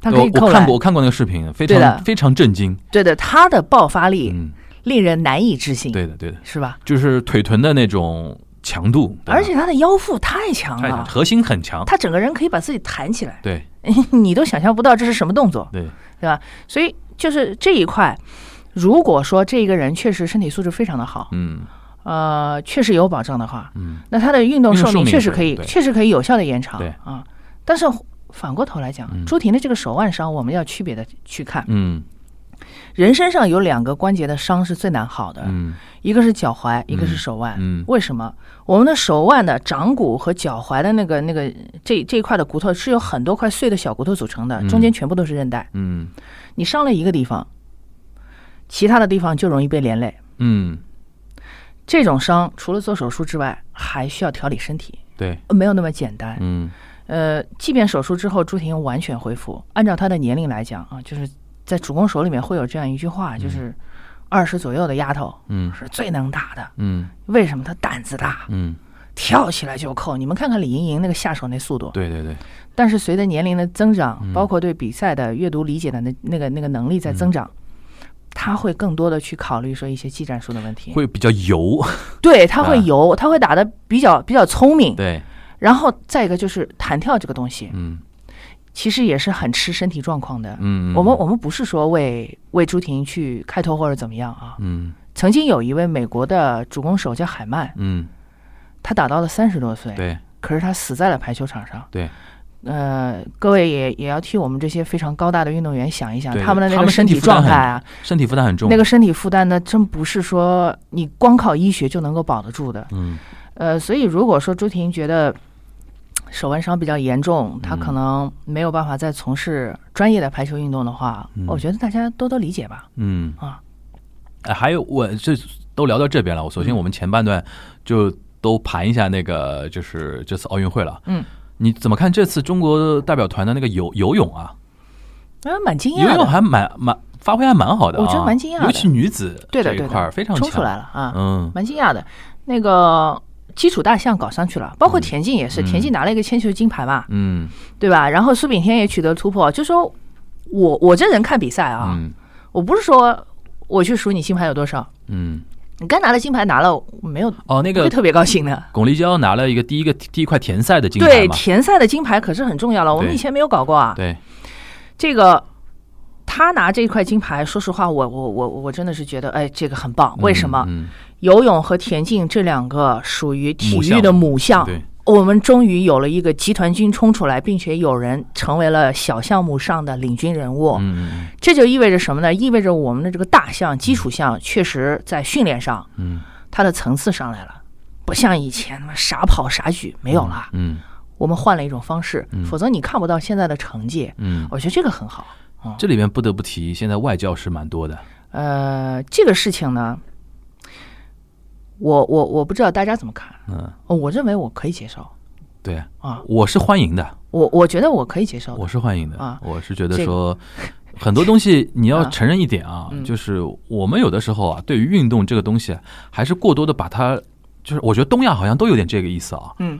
[SPEAKER 3] 他可
[SPEAKER 2] 我
[SPEAKER 3] 以扣
[SPEAKER 2] 我看
[SPEAKER 3] 篮
[SPEAKER 2] 过，。我看过那个视频，非
[SPEAKER 3] 对
[SPEAKER 2] 常
[SPEAKER 3] 的
[SPEAKER 2] 非常震惊。
[SPEAKER 3] 对的，他的爆发力
[SPEAKER 2] 嗯，
[SPEAKER 3] 令人难以置信，
[SPEAKER 2] 对的，对的，
[SPEAKER 3] 是吧？
[SPEAKER 2] 就是腿臀的那种强度，对吧啊
[SPEAKER 3] 而且他啊的腰腹太强
[SPEAKER 2] 太强
[SPEAKER 3] 了，
[SPEAKER 2] 核心很强。
[SPEAKER 3] 他整个人可以把自己弹起来， *laughs*
[SPEAKER 2] 对
[SPEAKER 3] 你都想象不到这是什么动作。
[SPEAKER 2] 对，
[SPEAKER 3] 所以就是这一块，如果说这个人确实身体素质非常的好，
[SPEAKER 2] 嗯
[SPEAKER 3] 呃，确实有保障的话，
[SPEAKER 2] 嗯，
[SPEAKER 3] 那他的运动
[SPEAKER 2] 运动
[SPEAKER 3] 寿
[SPEAKER 2] 寿
[SPEAKER 3] 命
[SPEAKER 2] 命
[SPEAKER 3] 确实
[SPEAKER 2] 会
[SPEAKER 3] 可以
[SPEAKER 2] 对，
[SPEAKER 3] 确实可以有效的延长
[SPEAKER 2] 对
[SPEAKER 3] 啊。但是反过头来讲，
[SPEAKER 2] 嗯
[SPEAKER 3] 朱婷的这个手腕伤，我们要区别的去看。
[SPEAKER 2] 嗯
[SPEAKER 3] 人身上有两个关节的伤是最难好的，
[SPEAKER 2] 嗯
[SPEAKER 3] 一个是脚踝，一个是
[SPEAKER 2] 嗯
[SPEAKER 3] 手腕。
[SPEAKER 2] 嗯
[SPEAKER 3] 为什么我们的手腕的掌骨和脚踝的那个那个这这一块的骨头是由很多块碎的小骨头组成的，
[SPEAKER 2] 嗯
[SPEAKER 3] 中间全部都是韧带。
[SPEAKER 2] 嗯
[SPEAKER 3] 你伤了一个地方，其他的地方就容易被连累。
[SPEAKER 2] 嗯
[SPEAKER 3] 这种伤除了做手术之外，还需要调理身体，
[SPEAKER 2] 对，
[SPEAKER 3] 呃没有那么简单。
[SPEAKER 2] 嗯
[SPEAKER 3] 呃，即便手术之后朱婷完全恢复，按照她的年龄来讲啊，就是在主攻手里面会有这样一句话，就是二十左右的丫头
[SPEAKER 2] 嗯
[SPEAKER 3] 是最能打的。
[SPEAKER 2] 嗯
[SPEAKER 3] 为什么她胆子大，
[SPEAKER 2] 嗯，
[SPEAKER 3] 跳起来就扣？你们看看李盈莹那个下手那速度。
[SPEAKER 2] 对对对，
[SPEAKER 3] 但是随着年龄的增长，
[SPEAKER 2] 嗯
[SPEAKER 3] 包括对比赛的阅读理解的那那个那个能力在增长，她会更多的去考虑说一些技战术的问题。
[SPEAKER 2] 嗯会比较油，
[SPEAKER 3] 对，她会
[SPEAKER 2] 啊
[SPEAKER 3] 游，她会打的比较比较聪明。
[SPEAKER 2] 对，
[SPEAKER 3] 然后再一个就是弹跳这个东西，
[SPEAKER 2] 嗯
[SPEAKER 3] 其实也是很吃身体状况的。
[SPEAKER 2] 嗯，嗯
[SPEAKER 3] 我们我们不是说为为朱婷去开脱或者怎么样啊。
[SPEAKER 2] 嗯
[SPEAKER 3] 曾经有一位美国的主攻手叫海曼，
[SPEAKER 2] 嗯，
[SPEAKER 3] 他打到了三十多岁，
[SPEAKER 2] 对
[SPEAKER 3] 可是他死在了排球场上。
[SPEAKER 2] 对，
[SPEAKER 3] 呃，各位也也要替我们这些非常高大的运动员想一想，
[SPEAKER 2] 对
[SPEAKER 3] 他们的那
[SPEAKER 2] 他
[SPEAKER 3] 个
[SPEAKER 2] 们
[SPEAKER 3] 身
[SPEAKER 2] 身
[SPEAKER 3] 体
[SPEAKER 2] 体负担
[SPEAKER 3] 状
[SPEAKER 2] 很
[SPEAKER 3] 态啊，
[SPEAKER 2] 身体负担很重，
[SPEAKER 3] 那个身体负担呢，真不是说你光靠医学就能够保得住的。
[SPEAKER 2] 嗯
[SPEAKER 3] 呃，所以如果说朱婷觉得手腕伤比较严重，她可
[SPEAKER 2] 嗯
[SPEAKER 3] 能没有办法再从事专业的排球运动的话，
[SPEAKER 2] 嗯
[SPEAKER 3] 我觉得大家多多理解吧。
[SPEAKER 2] 嗯
[SPEAKER 3] 啊
[SPEAKER 2] 哎，还有我这都聊到这边了，我首先
[SPEAKER 3] 嗯
[SPEAKER 2] 我们前半段就都盘一下那个就是这次奥运会了，
[SPEAKER 3] 嗯，
[SPEAKER 2] 你怎么看这次中国代表团的那个游游泳啊？
[SPEAKER 3] 啊，蛮惊
[SPEAKER 2] 游
[SPEAKER 3] 讶
[SPEAKER 2] 泳
[SPEAKER 3] 的，
[SPEAKER 2] 还蛮蛮发挥还蛮好的、啊，
[SPEAKER 3] 我觉得蛮惊讶的
[SPEAKER 2] 尤其女子
[SPEAKER 3] 对的
[SPEAKER 2] 这一
[SPEAKER 3] 对的
[SPEAKER 2] 块儿非常
[SPEAKER 3] 冲
[SPEAKER 2] 强，
[SPEAKER 3] 出来了啊，
[SPEAKER 2] 嗯
[SPEAKER 3] 蛮惊讶的。那个基础大项搞上去了，包括田径也是，
[SPEAKER 2] 嗯
[SPEAKER 3] 田径拿了一个铅球金牌嘛，
[SPEAKER 2] 嗯
[SPEAKER 3] 对吧？然后苏炳添也取得突破，就说我我这人看比赛啊，
[SPEAKER 2] 嗯
[SPEAKER 3] 我不是说我去数你金牌有多少，
[SPEAKER 2] 嗯，
[SPEAKER 3] 你该拿的金牌拿了，我没有不
[SPEAKER 2] 哦，那
[SPEAKER 3] 会
[SPEAKER 2] 个
[SPEAKER 3] 特别高兴的。
[SPEAKER 2] 巩立姣拿了一个第一个第一块田赛的金牌
[SPEAKER 3] 对，
[SPEAKER 2] 嘛，
[SPEAKER 3] 田赛的金牌可是很重要了，我们
[SPEAKER 2] 对
[SPEAKER 3] 以前没有搞过啊。
[SPEAKER 2] 对，
[SPEAKER 3] 这个他拿这块金牌，说实话，我我我我真的是觉得，哎，这个很棒。为什么？
[SPEAKER 2] 嗯，
[SPEAKER 3] 游泳和田径这两个属于体
[SPEAKER 2] 母
[SPEAKER 3] 育
[SPEAKER 2] 项
[SPEAKER 3] 的母
[SPEAKER 2] 嗯
[SPEAKER 3] 项，
[SPEAKER 2] 对，
[SPEAKER 3] 我们终于有了一个集团军冲出来，并且有人成为了小项目上的领军人物。
[SPEAKER 2] 嗯嗯
[SPEAKER 3] 这就意味着什么呢？意味着我们的这个大项、基础项确实在训练上，
[SPEAKER 2] 嗯
[SPEAKER 3] 它的层次上来了，不像以前他妈傻跑傻举没有了。
[SPEAKER 2] 嗯
[SPEAKER 3] 我们换了一种方式，否则你看不到现在的成绩。
[SPEAKER 2] 嗯
[SPEAKER 3] 我觉得这个很好。
[SPEAKER 2] 嗯，这里边不得不提，现在外教是蛮多的，
[SPEAKER 3] 呃，这个事情呢，我我我不知道大家怎么看。
[SPEAKER 2] 嗯，
[SPEAKER 3] 哦我认为我可以接受，
[SPEAKER 2] 对
[SPEAKER 3] 啊，
[SPEAKER 2] 我是欢迎的，
[SPEAKER 3] 我我觉得我可以接受的。
[SPEAKER 2] 我是欢迎的，
[SPEAKER 3] 啊
[SPEAKER 2] 我是觉得
[SPEAKER 3] 这个
[SPEAKER 2] 说。很多东
[SPEAKER 3] *laughs*
[SPEAKER 2] 西你要
[SPEAKER 3] 啊
[SPEAKER 2] 承认一点啊，就是我们有的时候啊，对于运动这个东西，啊还是过多的把它，就是我觉得东亚好像都有点这个意思啊，
[SPEAKER 3] 嗯，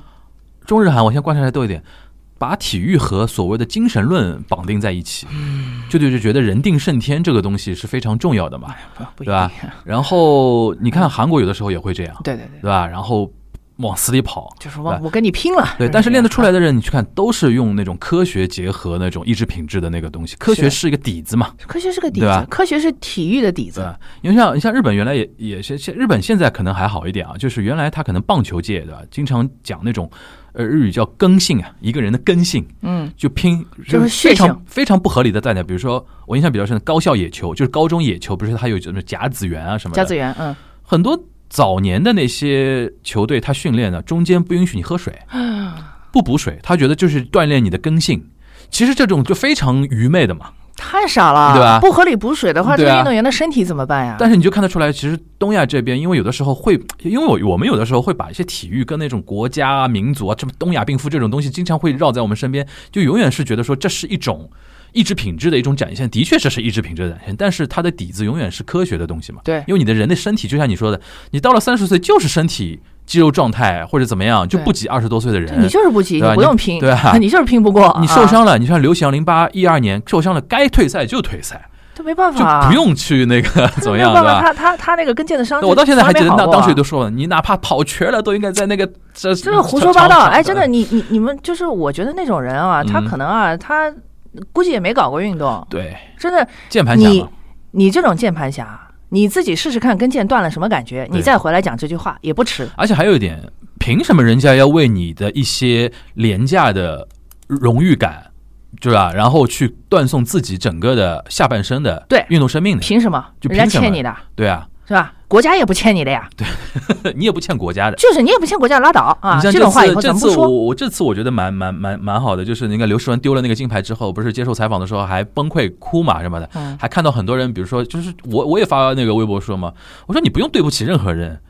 [SPEAKER 2] 中日韩我先观察来都有点，把体育和所谓的精神论绑定在一起，
[SPEAKER 3] 嗯
[SPEAKER 2] 就对就觉得人定胜天这个东西是非常重要的嘛。
[SPEAKER 3] 哎不不一
[SPEAKER 2] 对吧
[SPEAKER 3] 定。啊
[SPEAKER 2] 然后你看韩国有的时候也会这样，
[SPEAKER 3] *laughs* 对对对，
[SPEAKER 2] 对吧？然后往死里跑，
[SPEAKER 3] 就是我我跟你拼了。
[SPEAKER 2] 对，但是
[SPEAKER 3] 这
[SPEAKER 2] 练
[SPEAKER 3] 样
[SPEAKER 2] 得出来的人，你去看都是用那种科学结合那种意志品质的那个东西，科学是一个底子嘛。
[SPEAKER 3] 科学是个底
[SPEAKER 2] 对
[SPEAKER 3] 子
[SPEAKER 2] 吧，
[SPEAKER 3] 科学是体育的底
[SPEAKER 2] 对
[SPEAKER 3] 子。
[SPEAKER 2] 吧，因为像你像日本原来也也是，现日本现在可能还好一点啊，就是原来他可能棒球界对吧，经常讲那种呃日语叫根性啊，一个人的根性，
[SPEAKER 3] 嗯，
[SPEAKER 2] 就拼，
[SPEAKER 3] 就是
[SPEAKER 2] 非
[SPEAKER 3] 血性
[SPEAKER 2] 常非常不合理的代表。比如说，我印象比较深的高校野球，就是高中野球，不是它有什么甲子园啊什么的。
[SPEAKER 3] 甲子园，嗯，
[SPEAKER 2] 很多早年的那些球队，他训练呢，中间不允许你喝水，不补水，他觉得就是锻炼你的根性。其实这种就非常愚昧的嘛。
[SPEAKER 3] 太傻了，
[SPEAKER 2] 对吧
[SPEAKER 3] 不合理补水的话，这
[SPEAKER 2] 对啊
[SPEAKER 3] 个运动员的身体怎么办呀？
[SPEAKER 2] 但是你就看得出来，其实东亚这边，因为有的时候会，因为我我们有的时候会把一些体育跟那种国家啊、民族啊，什么东亚病夫这种东西，经常会绕在我们身边，就永远是觉得说这是一种意志品质的一种展现，的确这是意志品质的展现，但是它的底子永远是科学的东西嘛。
[SPEAKER 3] 对
[SPEAKER 2] 因为你的人的身体，就像你说的，你到了三十岁就是身体肌肉状态或者怎么样，就
[SPEAKER 3] 对
[SPEAKER 2] 不及二十多岁的
[SPEAKER 3] 对你
[SPEAKER 2] 人。
[SPEAKER 3] 就是不急，
[SPEAKER 2] 对吧
[SPEAKER 3] 你不用拼，
[SPEAKER 2] 你对啊
[SPEAKER 3] *laughs* 你就是拼不过，
[SPEAKER 2] *laughs* 你受
[SPEAKER 3] 啊
[SPEAKER 2] 伤了，你像刘翔零八一二年受伤了，该退赛就退赛，
[SPEAKER 3] 都没办
[SPEAKER 2] 就
[SPEAKER 3] 法，啊
[SPEAKER 2] 不用去那个 *laughs* 怎么样，
[SPEAKER 3] 没
[SPEAKER 2] 对
[SPEAKER 3] 有办法
[SPEAKER 2] 吧？
[SPEAKER 3] 他他他那个跟腱的伤
[SPEAKER 2] 那
[SPEAKER 3] 就，
[SPEAKER 2] 我到现在还记得，
[SPEAKER 3] 从来
[SPEAKER 2] 那
[SPEAKER 3] 没好过啊
[SPEAKER 2] 当时就嗯说了，你哪怕跑瘸了，都应该在那个这
[SPEAKER 3] 就
[SPEAKER 2] 这
[SPEAKER 3] 是胡说八道。哎，真的，。你你你们就是，我觉得那种人啊，他
[SPEAKER 2] 嗯
[SPEAKER 3] 可能啊，他估计也没搞过运动，
[SPEAKER 2] 对，
[SPEAKER 3] 真的，
[SPEAKER 2] 键盘侠
[SPEAKER 3] 你
[SPEAKER 2] 嘛，
[SPEAKER 3] 你这种键盘侠。你自己试试看，跟腱断了什么感觉？你
[SPEAKER 2] 对
[SPEAKER 3] 再回来讲这句话也不迟。
[SPEAKER 2] 而且还有一点，凭什么人家要为你的一些廉价的荣誉感，对吧？然后去断送自己整个的下半生的
[SPEAKER 3] 对
[SPEAKER 2] 运动生命呢？
[SPEAKER 3] 凭什么？
[SPEAKER 2] 就
[SPEAKER 3] 人家
[SPEAKER 2] 凭什么
[SPEAKER 3] 欠你的，
[SPEAKER 2] 对啊， *laughs*
[SPEAKER 3] 是吧？国家也不欠你的呀，
[SPEAKER 2] 你也不欠国家的。
[SPEAKER 3] 就是你也不欠国家拉倒啊。
[SPEAKER 2] 你像
[SPEAKER 3] 这
[SPEAKER 2] 这
[SPEAKER 3] 种话
[SPEAKER 2] 次
[SPEAKER 3] 以后
[SPEAKER 2] 这
[SPEAKER 3] 咱们
[SPEAKER 2] 次
[SPEAKER 3] 不
[SPEAKER 2] 我
[SPEAKER 3] 说。
[SPEAKER 2] 我这次我觉得蛮蛮蛮蛮好的，就是那个刘诗雯丢了那个金牌之后，不是接受采访的时候还崩溃哭嘛什么的，
[SPEAKER 3] 嗯
[SPEAKER 2] 还看到很多人，比如说就是我我也发那个微博说嘛，我说你不用对不起任何人，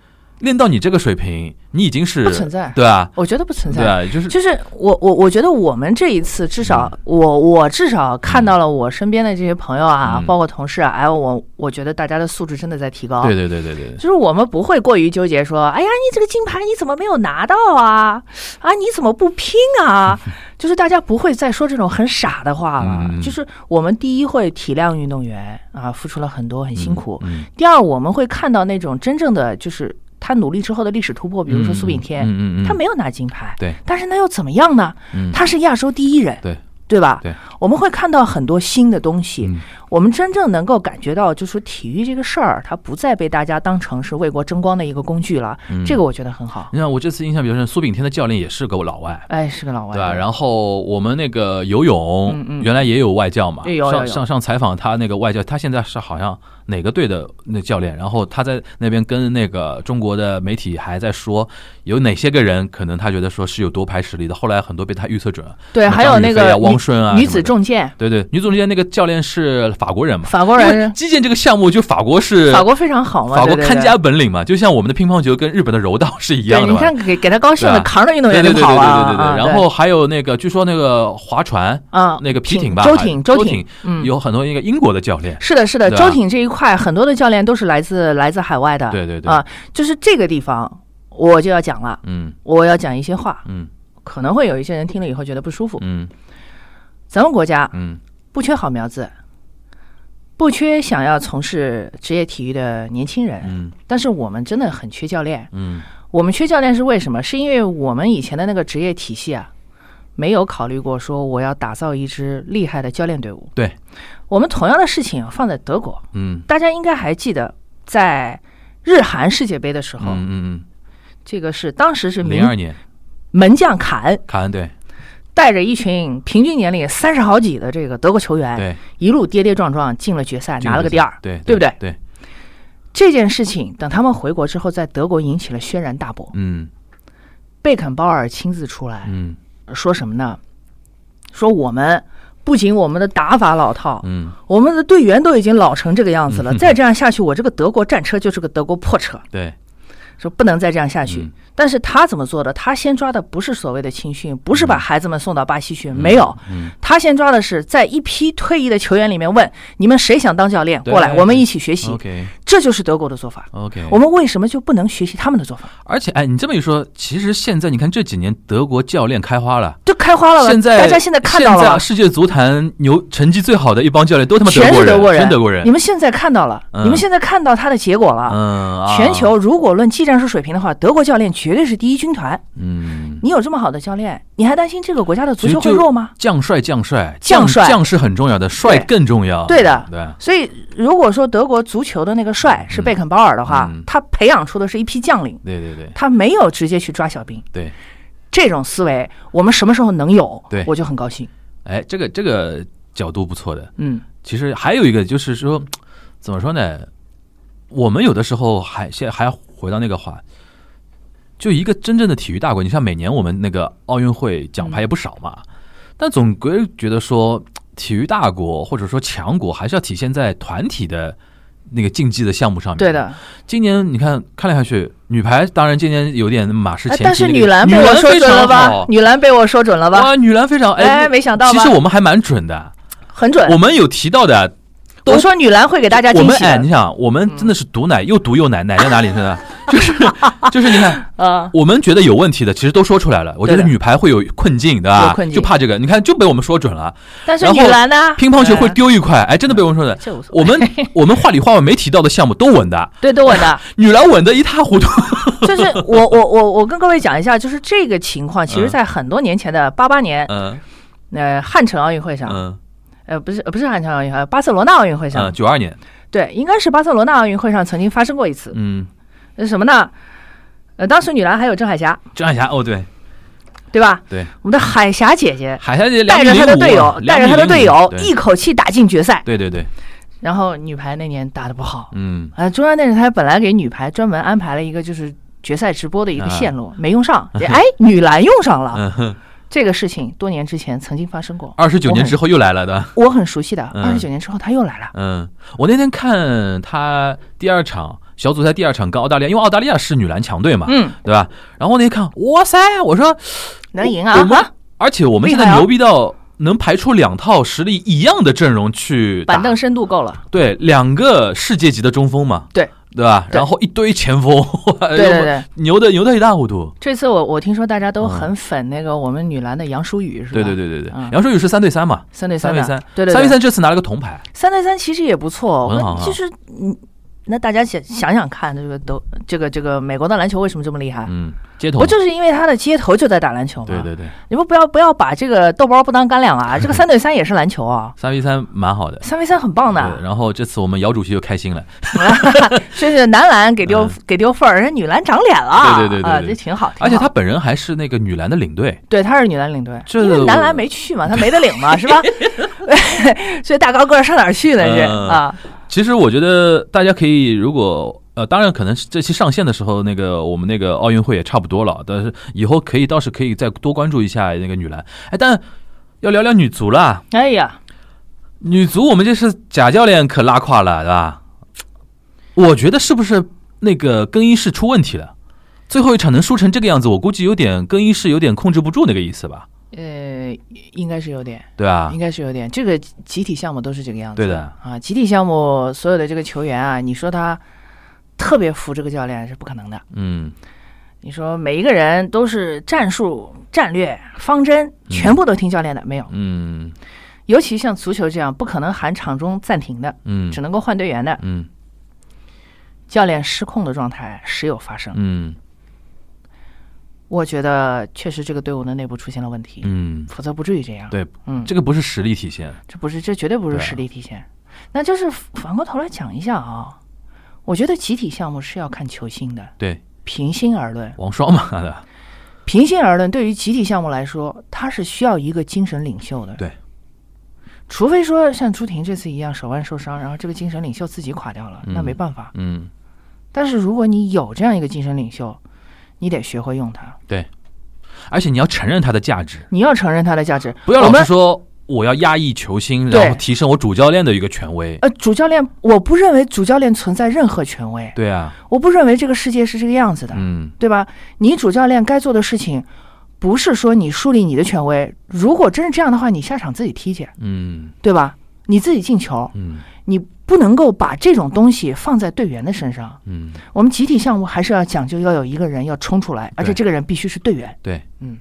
[SPEAKER 2] 练到你这个水平，你已经是
[SPEAKER 3] 不存在
[SPEAKER 2] 对啊，
[SPEAKER 3] 我觉得不存在。
[SPEAKER 2] 对啊，就是嗯
[SPEAKER 3] 就是我我我觉得我们这一次至少、我我至少看到了我身边的这些朋友啊，
[SPEAKER 2] 嗯
[SPEAKER 3] 包括同事啊，哎我我觉得大家的素质真的在提高。
[SPEAKER 2] 对对对对对，
[SPEAKER 3] 就是我们不会过于纠结说，哎呀，你这个金牌你怎么没有拿到啊？啊，你怎么不拼
[SPEAKER 2] *laughs*
[SPEAKER 3] 啊？就是大家不会再说这种很傻的话了。
[SPEAKER 2] 嗯
[SPEAKER 3] 就是我们第一会体谅运动员啊，付出了很多，很辛苦。
[SPEAKER 2] 嗯，
[SPEAKER 3] 第二，我们会看到那种真正的就是他努力之后的历史突破，比
[SPEAKER 2] 比
[SPEAKER 3] 如说苏炳添，
[SPEAKER 2] 嗯嗯嗯，
[SPEAKER 3] 他没有拿金牌，
[SPEAKER 2] 对，
[SPEAKER 3] 但是那又怎么样呢？
[SPEAKER 2] 嗯
[SPEAKER 3] 他是亚洲第一人，
[SPEAKER 2] 对
[SPEAKER 3] 对吧？
[SPEAKER 2] 对，
[SPEAKER 3] 我们会看到很多新的东西，
[SPEAKER 2] 嗯
[SPEAKER 3] 我们真正能够感觉到，就是体育这个事儿，它不再被大家当成是为国争光的一个工具了。这个我觉得很好。
[SPEAKER 2] 你看我这次印象比较深，苏炳添的教练也是个老外。
[SPEAKER 3] 哎，是个老外，
[SPEAKER 2] 对吧？然后我们那个游泳，
[SPEAKER 3] 嗯嗯
[SPEAKER 2] 原来也有外教嘛。
[SPEAKER 3] 对有有
[SPEAKER 2] 上
[SPEAKER 3] 有
[SPEAKER 2] 上上采访他那个外教，他现在是好像哪个队的那教练。然后他在那边跟那个中国的媒体还在说，有哪些个人可能他觉得说是有夺牌实力的。后来很多被他预测准了。
[SPEAKER 3] 对，
[SPEAKER 2] 什么
[SPEAKER 3] 还有
[SPEAKER 2] 张雨
[SPEAKER 3] 那
[SPEAKER 2] 霏
[SPEAKER 3] 个
[SPEAKER 2] 啊汪
[SPEAKER 3] 女
[SPEAKER 2] 顺啊，
[SPEAKER 3] 女子，重剑，
[SPEAKER 2] 对对，女子中间那个教练是法国人嘛。
[SPEAKER 3] 法国
[SPEAKER 2] 因为
[SPEAKER 3] 人，
[SPEAKER 2] 击剑这个项目就法国是
[SPEAKER 3] 法国非常好嘛，
[SPEAKER 2] 法国
[SPEAKER 3] 对对对
[SPEAKER 2] 看家本领嘛，就像我们的乒乓球跟日本的柔道是一
[SPEAKER 3] 对，
[SPEAKER 2] 样的
[SPEAKER 3] 你
[SPEAKER 2] 嘛。
[SPEAKER 3] 看给给他高兴
[SPEAKER 2] 对
[SPEAKER 3] 的
[SPEAKER 2] 啊
[SPEAKER 3] 扛着运动
[SPEAKER 2] 对
[SPEAKER 3] 员
[SPEAKER 2] 对
[SPEAKER 3] 就
[SPEAKER 2] 对对
[SPEAKER 3] 跑
[SPEAKER 2] 对
[SPEAKER 3] 了
[SPEAKER 2] 对
[SPEAKER 3] 啊，
[SPEAKER 2] 对对，
[SPEAKER 3] 啊
[SPEAKER 2] 然后还有那个，据说那个划船，
[SPEAKER 3] 啊，
[SPEAKER 2] 那个皮艇吧，
[SPEAKER 3] 周
[SPEAKER 2] 还
[SPEAKER 3] 挺
[SPEAKER 2] 周
[SPEAKER 3] 周
[SPEAKER 2] 挺
[SPEAKER 3] 挺，嗯，
[SPEAKER 2] 有很多那个英国的教练，
[SPEAKER 3] 是的，是的，
[SPEAKER 2] 对吧
[SPEAKER 3] 周挺这一块很多的教练都是来自来自海外的，
[SPEAKER 2] 对对对
[SPEAKER 3] 啊，就是这个地方我就要讲了，
[SPEAKER 2] 嗯
[SPEAKER 3] 我要讲一些话，
[SPEAKER 2] 嗯
[SPEAKER 3] 可能会有一些人听了以后觉得不舒服。
[SPEAKER 2] 嗯
[SPEAKER 3] 咱们国家
[SPEAKER 2] 嗯
[SPEAKER 3] 不缺好苗子，不缺想要从事职业体育的年轻人，
[SPEAKER 2] 嗯
[SPEAKER 3] 但是我们真的很缺教练。
[SPEAKER 2] 嗯
[SPEAKER 3] 我们缺教练是为什么？是因为我们以前的那个职业体系啊，没有考虑过说我要打造一支厉害的教练队伍。
[SPEAKER 2] 对，
[SPEAKER 3] 我们同样的事情放在德国，
[SPEAKER 2] 嗯
[SPEAKER 3] 大家应该还记得，在日韩世界杯的时候，
[SPEAKER 2] 嗯
[SPEAKER 3] 这个是当时是
[SPEAKER 2] 嗯，
[SPEAKER 3] 名
[SPEAKER 2] 零二年
[SPEAKER 3] 门将卡恩
[SPEAKER 2] 卡恩对
[SPEAKER 3] 带着一群平均年龄三十好几的这个德国球员，
[SPEAKER 2] 对
[SPEAKER 3] 一路跌跌撞撞进了决赛，拿了个第二。
[SPEAKER 2] 对
[SPEAKER 3] 对不对？
[SPEAKER 2] 对，
[SPEAKER 3] 这件事情等他们回国之后，在德国引起了轩然大波。
[SPEAKER 2] 嗯
[SPEAKER 3] 贝肯鲍尔亲自出来
[SPEAKER 2] 嗯
[SPEAKER 3] 说什么呢？说我们不仅我们的打法老套，
[SPEAKER 2] 嗯
[SPEAKER 3] 我们的队员都已经老成这个样子了，再这样下去，我这个德国战车就是个德国破车。
[SPEAKER 2] 对，
[SPEAKER 3] 说不能再这样下去。
[SPEAKER 2] 嗯
[SPEAKER 3] 但是他怎么做的？他先抓的不是所谓的青训，不是把孩子们送到巴西去，没有。
[SPEAKER 2] 嗯
[SPEAKER 3] 他先抓的是在一批退役的球员里面问你们谁想当教练，
[SPEAKER 2] 对
[SPEAKER 3] 过来，我们一起学习。
[SPEAKER 2] OK
[SPEAKER 3] 这就是德国的做法。
[SPEAKER 2] OK，
[SPEAKER 3] 我们为什么就不能学习他们的做法？
[SPEAKER 2] 而且哎，你这么一说，其实现在你看这几年德国教练开花了。
[SPEAKER 3] 就开花了吧，
[SPEAKER 2] 现在
[SPEAKER 3] 大家现在看到了
[SPEAKER 2] 现在
[SPEAKER 3] 吧，
[SPEAKER 2] 世界足坛牛成绩最好的一帮教练都他妈
[SPEAKER 3] 全是
[SPEAKER 2] 德
[SPEAKER 3] 德
[SPEAKER 2] 国
[SPEAKER 3] 国
[SPEAKER 2] 人，
[SPEAKER 3] 人，
[SPEAKER 2] 全德国人
[SPEAKER 3] 你。们现在看到了，
[SPEAKER 2] 嗯
[SPEAKER 3] 你们现在看到他的结果了。
[SPEAKER 2] 嗯，啊
[SPEAKER 3] 全球如果论技战术水平的话，德国教练绝对是第一军团。
[SPEAKER 2] 嗯，
[SPEAKER 3] 你有这么好的教练，你还担心这个国家的足
[SPEAKER 2] 所以
[SPEAKER 3] 球会
[SPEAKER 2] 就
[SPEAKER 3] 弱吗？
[SPEAKER 2] 将帅将帅
[SPEAKER 3] 将帅
[SPEAKER 2] 将是很重要的，帅
[SPEAKER 3] 对
[SPEAKER 2] 更重要。
[SPEAKER 3] 对的
[SPEAKER 2] 对，
[SPEAKER 3] 所以，如果说德国足球的那个帅是贝肯鲍尔的话，
[SPEAKER 2] 嗯嗯
[SPEAKER 3] 他培养出的是一批将领，
[SPEAKER 2] 对对对
[SPEAKER 3] 他没有直接去抓小兵。
[SPEAKER 2] 对，
[SPEAKER 3] 这种思维，我们什么时候能有？
[SPEAKER 2] 对
[SPEAKER 3] 我就很高兴。
[SPEAKER 2] 哎，这个这个角度不错的。
[SPEAKER 3] 嗯，
[SPEAKER 2] 其实还有一个就是说，怎么说呢？我们有的时候还现还回到那个话，就一个真正的体育大国，你像每年我们那个奥运会奖
[SPEAKER 3] 嗯
[SPEAKER 2] 牌也不少嘛，但总归觉得说体育大国或者说强国还是要体现在团体的那个竞技的项目上面。
[SPEAKER 3] 对的，
[SPEAKER 2] 今年你看看来看去，女排当然今年有点马失
[SPEAKER 3] 哎
[SPEAKER 2] 前蹄、
[SPEAKER 3] 但是
[SPEAKER 2] 那个
[SPEAKER 3] 女篮被
[SPEAKER 2] 女
[SPEAKER 3] 我
[SPEAKER 2] 篮
[SPEAKER 3] 说
[SPEAKER 2] 非
[SPEAKER 3] 准
[SPEAKER 2] 常好
[SPEAKER 3] 了吧？女篮被我说准了吧？
[SPEAKER 2] 哇，女篮非常
[SPEAKER 3] 哎，没想到
[SPEAKER 2] 其
[SPEAKER 3] 吧
[SPEAKER 2] 实？我们还蛮准的，
[SPEAKER 3] 很准
[SPEAKER 2] 我。们有提到的。都
[SPEAKER 3] 我说女篮会给大家
[SPEAKER 2] 我
[SPEAKER 3] 惊
[SPEAKER 2] 们
[SPEAKER 3] 喜嗯
[SPEAKER 2] 哎，
[SPEAKER 3] 的
[SPEAKER 2] 你。想，我们真的是毒奶，又毒又奶，
[SPEAKER 3] *laughs*
[SPEAKER 2] 奶在哪里？真的就是就是，你看，
[SPEAKER 3] 啊，
[SPEAKER 2] 我们觉得有问题的，其实都说出来了。我觉得
[SPEAKER 3] 对的
[SPEAKER 2] 女排会有困境，对吧？
[SPEAKER 3] 有困境啊
[SPEAKER 2] 就怕这个，你看就被我们说准了。
[SPEAKER 3] 但是
[SPEAKER 2] 然后
[SPEAKER 3] 女篮呢？
[SPEAKER 2] 乒乓球会
[SPEAKER 3] 哎
[SPEAKER 2] 丢一块，哎，真的被我们说
[SPEAKER 3] *laughs*
[SPEAKER 2] 的。
[SPEAKER 3] 这无所谓。
[SPEAKER 2] 我们我们话里话外没提到的项目都稳的，
[SPEAKER 3] 对，对我
[SPEAKER 2] *laughs*
[SPEAKER 3] 的。
[SPEAKER 2] 女篮稳的一塌
[SPEAKER 3] *laughs*
[SPEAKER 2] 糊涂。
[SPEAKER 3] 就是我我我我跟各位讲一下，就是这个情况，其实在很多年前的八八年，
[SPEAKER 2] 嗯
[SPEAKER 3] 呃，汉城奥运会上，
[SPEAKER 2] 嗯
[SPEAKER 3] 呃，不是呃不是汉城奥运会，巴塞罗那奥运会上，
[SPEAKER 2] 嗯，九二年，
[SPEAKER 3] 对，应该是巴塞罗那奥运会上曾经发生过一次，
[SPEAKER 2] 嗯，
[SPEAKER 3] 是什么呢？呃，当时女篮还有郑海霞，
[SPEAKER 2] 郑海霞，哦对，
[SPEAKER 3] 对吧？
[SPEAKER 2] 对，
[SPEAKER 3] 我们的海霞姐姐
[SPEAKER 2] 海霞姐
[SPEAKER 3] 带着她
[SPEAKER 2] 啊
[SPEAKER 3] 的队友，带着她的队友一
[SPEAKER 2] 对
[SPEAKER 3] 口气打进决赛，
[SPEAKER 2] 对对对，
[SPEAKER 3] 然后女排那年打得不好，
[SPEAKER 2] 嗯，
[SPEAKER 3] 呃，中央电视台本来给女排专门安排了一个就是决赛直播的一个线
[SPEAKER 2] 啊
[SPEAKER 3] 路，没
[SPEAKER 2] *laughs*
[SPEAKER 3] 用上，哎，女篮用上了。
[SPEAKER 2] 嗯
[SPEAKER 3] 这个事情多年之前曾经发生过，
[SPEAKER 2] 二十九年之
[SPEAKER 3] 后
[SPEAKER 2] 后又来了的。
[SPEAKER 3] 我很我很熟悉的，
[SPEAKER 2] 啊嗯
[SPEAKER 3] 二十九年之后他又来了，
[SPEAKER 2] 嗯，我那天看他第二场小组赛第二场跟澳大利亚，因为澳大利亚是女篮强队嘛，
[SPEAKER 3] 嗯，
[SPEAKER 2] 对吧？然后那一看，哇塞，我说
[SPEAKER 3] 能赢
[SPEAKER 2] 我
[SPEAKER 3] 啊！
[SPEAKER 2] 们
[SPEAKER 3] 哈，
[SPEAKER 2] 而且我们现
[SPEAKER 3] 厉
[SPEAKER 2] 在
[SPEAKER 3] 害啊
[SPEAKER 2] 牛逼到能排出两套实力一样的阵容去打
[SPEAKER 3] 板凳深度够了。
[SPEAKER 2] 对两个世界级的中锋嘛，
[SPEAKER 3] 对
[SPEAKER 2] 对吧？
[SPEAKER 3] 对
[SPEAKER 2] 然后一堆前锋，对
[SPEAKER 3] 对对对，
[SPEAKER 2] *laughs* 牛的牛的一塌糊涂。
[SPEAKER 3] 这次我我听说大家都
[SPEAKER 2] 嗯
[SPEAKER 3] 很粉那个我们女篮的杨舒雨，是吧？
[SPEAKER 2] 对对，对对对
[SPEAKER 3] 嗯，
[SPEAKER 2] 杨舒雨是三对三嘛，
[SPEAKER 3] 三对
[SPEAKER 2] 三
[SPEAKER 3] 的
[SPEAKER 2] 对三，
[SPEAKER 3] 对对对
[SPEAKER 2] 三对三这次拿了个铜牌，
[SPEAKER 3] 三对三其实也不错，
[SPEAKER 2] 很好啊
[SPEAKER 3] 我就是嗯，那大家想想想看，这个都这个这个美国的篮球为什么这么厉害？
[SPEAKER 2] 嗯，接头
[SPEAKER 3] 不，就是因为他的街头就在打篮球吗？
[SPEAKER 2] 对对对，
[SPEAKER 3] 你们不要不要把这个豆包不当干
[SPEAKER 2] *laughs*
[SPEAKER 3] 粮啊！这个三对三也是篮球啊，
[SPEAKER 2] 三 v 三蛮好的。
[SPEAKER 3] 三 v 三很棒
[SPEAKER 2] 对，
[SPEAKER 3] 的。
[SPEAKER 2] 然后这次我们姚主席就开心了，
[SPEAKER 3] 就是男篮给丢、给丢分儿，人家女篮长脸了，
[SPEAKER 2] 嗯对对对对
[SPEAKER 3] 啊，
[SPEAKER 2] 对
[SPEAKER 3] 这挺好。挺好
[SPEAKER 2] 而且他本人还是那个女篮的领队，
[SPEAKER 3] 对他是女篮领队，
[SPEAKER 2] 这
[SPEAKER 3] 因为男篮没去嘛，他没得领
[SPEAKER 2] *laughs*
[SPEAKER 3] 嘛，是吧？ *laughs* 所以大高个儿上哪儿去呢？这
[SPEAKER 2] 嗯
[SPEAKER 3] 啊，
[SPEAKER 2] 其实我觉得大家可以，如果呃，当然可能是这期上线的时候，那个我们那个奥运会也差不多了，但是以后可以倒是可以再多关注一下那个女篮。哎，但要聊聊女足啦，
[SPEAKER 3] 哎呀，
[SPEAKER 2] 女足我们这是贾教练可拉胯了，对吧？我觉得是不是那个更衣室出问题了？最后一场能输成这个样子，我估计有点更衣室有点控制不住那个意思吧，
[SPEAKER 3] 呃，应该是有点，
[SPEAKER 2] 对吧
[SPEAKER 3] 应？该是有点。这个集体项目都是这个样子，
[SPEAKER 2] 对的，
[SPEAKER 3] 啊，集体项目所有的这个球员啊，你说他特别服这个教练是不可能的。
[SPEAKER 2] 嗯，
[SPEAKER 3] 你说每一个人都是战术、战略、方针，全部都听教练的，没有。
[SPEAKER 2] 嗯
[SPEAKER 3] 尤其像足球这样，不可能喊场中暂停的，
[SPEAKER 2] 嗯
[SPEAKER 3] 只能够换队员的。
[SPEAKER 2] 嗯
[SPEAKER 3] 教练失控的状态时有发生。
[SPEAKER 2] 嗯
[SPEAKER 3] 我觉得确实这个队伍的内部出现了问题，
[SPEAKER 2] 嗯，
[SPEAKER 3] 否则不至于这样。
[SPEAKER 2] 对，
[SPEAKER 3] 嗯，
[SPEAKER 2] 这个不是实力体现，
[SPEAKER 3] 这不是，这绝对不是
[SPEAKER 2] 对啊
[SPEAKER 3] 实力体现。那就是反过头来讲一下啊，我觉得集体项目是要看球星的。
[SPEAKER 2] 对，
[SPEAKER 3] 平心而论，
[SPEAKER 2] 王霜嘛 *laughs* 对吧？
[SPEAKER 3] 平心而论，对于集体项目来说，它是需要一个精神领袖的。
[SPEAKER 2] 对，
[SPEAKER 3] 除非说像朱婷这次一样手腕受伤，然后这个精神领袖自己垮掉了，那
[SPEAKER 2] 嗯
[SPEAKER 3] 没办法。
[SPEAKER 2] 嗯
[SPEAKER 3] 但是如果你有这样一个精神领袖，你得学会用它，，
[SPEAKER 2] 而且你要承认它的价值，
[SPEAKER 3] 你要承认它的价值。
[SPEAKER 2] 不要
[SPEAKER 3] 我
[SPEAKER 2] 老
[SPEAKER 3] 们
[SPEAKER 2] 是说我要压抑球星，
[SPEAKER 3] 对
[SPEAKER 2] 然后提升我主教练的一个权威。
[SPEAKER 3] 呃，主教练，我不认为主教练存在任何权威，
[SPEAKER 2] 对啊，
[SPEAKER 3] 我不认为这个世界是这个样子的，
[SPEAKER 2] 嗯
[SPEAKER 3] 对吧？你主教练该做的事情，不是说你树立你的权威。如果真是这样的话，你下场自己踢去，
[SPEAKER 2] 嗯
[SPEAKER 3] 对吧？你自己进球，
[SPEAKER 2] 嗯
[SPEAKER 3] 你不能够把这种东西放在队员的身上。
[SPEAKER 2] 嗯，
[SPEAKER 3] 我们集体项目还是要讲究，要有一个人要冲出来，而且这个人必须是队员。
[SPEAKER 2] 对，
[SPEAKER 3] 嗯。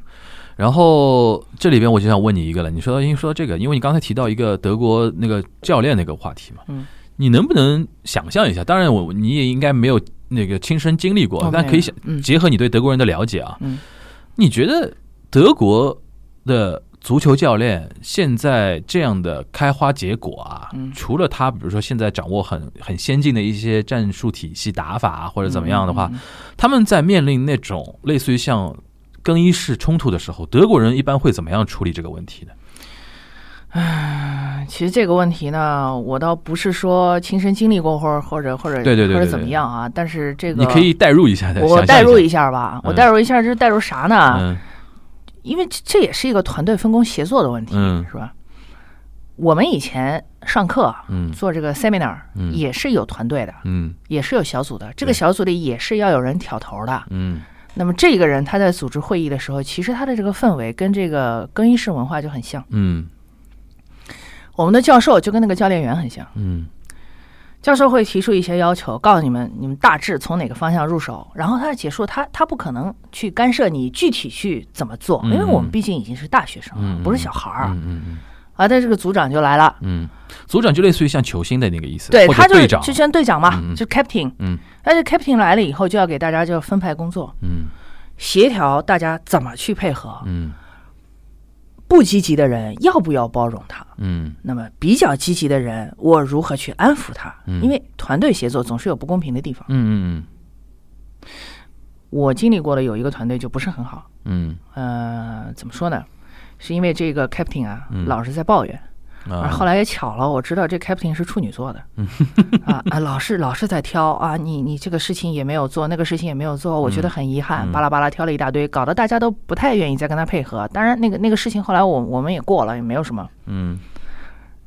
[SPEAKER 2] 然后这里边我就想问你一个了，你说到因为说到这个，因为你刚才提到一个德国那个教练那个话题嘛，
[SPEAKER 3] 嗯，
[SPEAKER 2] 你能不能想象一下？当然我你也应该没有那个亲身经历过，
[SPEAKER 3] 哦
[SPEAKER 2] 但可以想，
[SPEAKER 3] 没有嗯
[SPEAKER 2] 结合你对德国人的了解啊，
[SPEAKER 3] 嗯
[SPEAKER 2] 你觉得德国的足球教练现在这样的开花结果啊，
[SPEAKER 3] 嗯
[SPEAKER 2] 除了他比如说现在掌握很很先进的一些战术体系、打法啊，或者怎么样的话，
[SPEAKER 3] 嗯嗯嗯
[SPEAKER 2] 他们在面临那种类似于像更衣室冲突的时候，德国人一般会怎么样处理这个问题呢？
[SPEAKER 3] 嗯其实这个问题呢，我倒不是说亲身经历过，或者或者或者
[SPEAKER 2] 对对对对
[SPEAKER 3] 或者
[SPEAKER 2] 对
[SPEAKER 3] 怎么样啊，但是这个
[SPEAKER 2] 你可以代入一下，
[SPEAKER 3] 我
[SPEAKER 2] 想象
[SPEAKER 3] 代入
[SPEAKER 2] 一
[SPEAKER 3] 一下吧，
[SPEAKER 2] 嗯
[SPEAKER 3] 我代入一下，就是代入啥
[SPEAKER 2] 下，
[SPEAKER 3] 呢？
[SPEAKER 2] 嗯
[SPEAKER 3] 因为这这也是一个团队分工协作的问题，
[SPEAKER 2] 嗯
[SPEAKER 3] 是吧？我们以前上课
[SPEAKER 2] 嗯
[SPEAKER 3] 做这个 seminar
[SPEAKER 2] 嗯
[SPEAKER 3] 也是有团队的，
[SPEAKER 2] 嗯
[SPEAKER 3] 也是有小组的，这
[SPEAKER 2] 对
[SPEAKER 3] 个小组里也是要有人挑头的。
[SPEAKER 2] 嗯
[SPEAKER 3] 那么这个人他在组织会议的时候，其实他的这个氛围跟这个更衣室文化就很像，
[SPEAKER 2] 嗯
[SPEAKER 3] 我们的教授就跟那个教练员很像。
[SPEAKER 2] 嗯
[SPEAKER 3] 教授会提出一些要求，告诉你们你们大致从哪个方向入手，然后他的解说他他不可能去干涉你具体去怎么做，
[SPEAKER 2] 嗯
[SPEAKER 3] 因为我们毕竟已经是大学生了，
[SPEAKER 2] 嗯嗯
[SPEAKER 3] 不是小孩儿、
[SPEAKER 2] 嗯嗯
[SPEAKER 3] 啊。但这个组长就来了，
[SPEAKER 2] 嗯，组长就类似于像球星的那个意思，
[SPEAKER 3] 对
[SPEAKER 2] 或者
[SPEAKER 3] 他就是
[SPEAKER 2] 队长，
[SPEAKER 3] 就像队长嘛，
[SPEAKER 2] 嗯嗯
[SPEAKER 3] 就 captain。
[SPEAKER 2] 嗯
[SPEAKER 3] 但是 captain 来了以后，就要给大家就分派工作，
[SPEAKER 2] 嗯
[SPEAKER 3] 协调大家怎么去配合。
[SPEAKER 2] 嗯
[SPEAKER 3] 不积极的人要不要包容他？
[SPEAKER 2] 嗯
[SPEAKER 3] 那么比较积极的人，我如何去安抚他？
[SPEAKER 2] 嗯
[SPEAKER 3] 因为团队协作总是有不公平的地方。
[SPEAKER 2] 嗯嗯
[SPEAKER 3] 我经历过的有一个团队就不是很好。
[SPEAKER 2] 嗯
[SPEAKER 3] 呃，怎么说呢？是因为这个 captain 啊，
[SPEAKER 2] 嗯
[SPEAKER 3] 老是在抱怨，
[SPEAKER 2] 嗯，
[SPEAKER 3] 而后来也巧了，我知道这 captain 是处女
[SPEAKER 2] *laughs*
[SPEAKER 3] 座的，啊啊，老是老是在挑啊，你你这个事情也没有做，那个事情也没有
[SPEAKER 2] 嗯
[SPEAKER 3] 做，我觉得很遗憾，巴拉巴拉挑了一大堆，搞得大家都不太愿意再跟他配合。当然，那个那个事情后来我我们也过了，也没有什么。
[SPEAKER 2] 嗯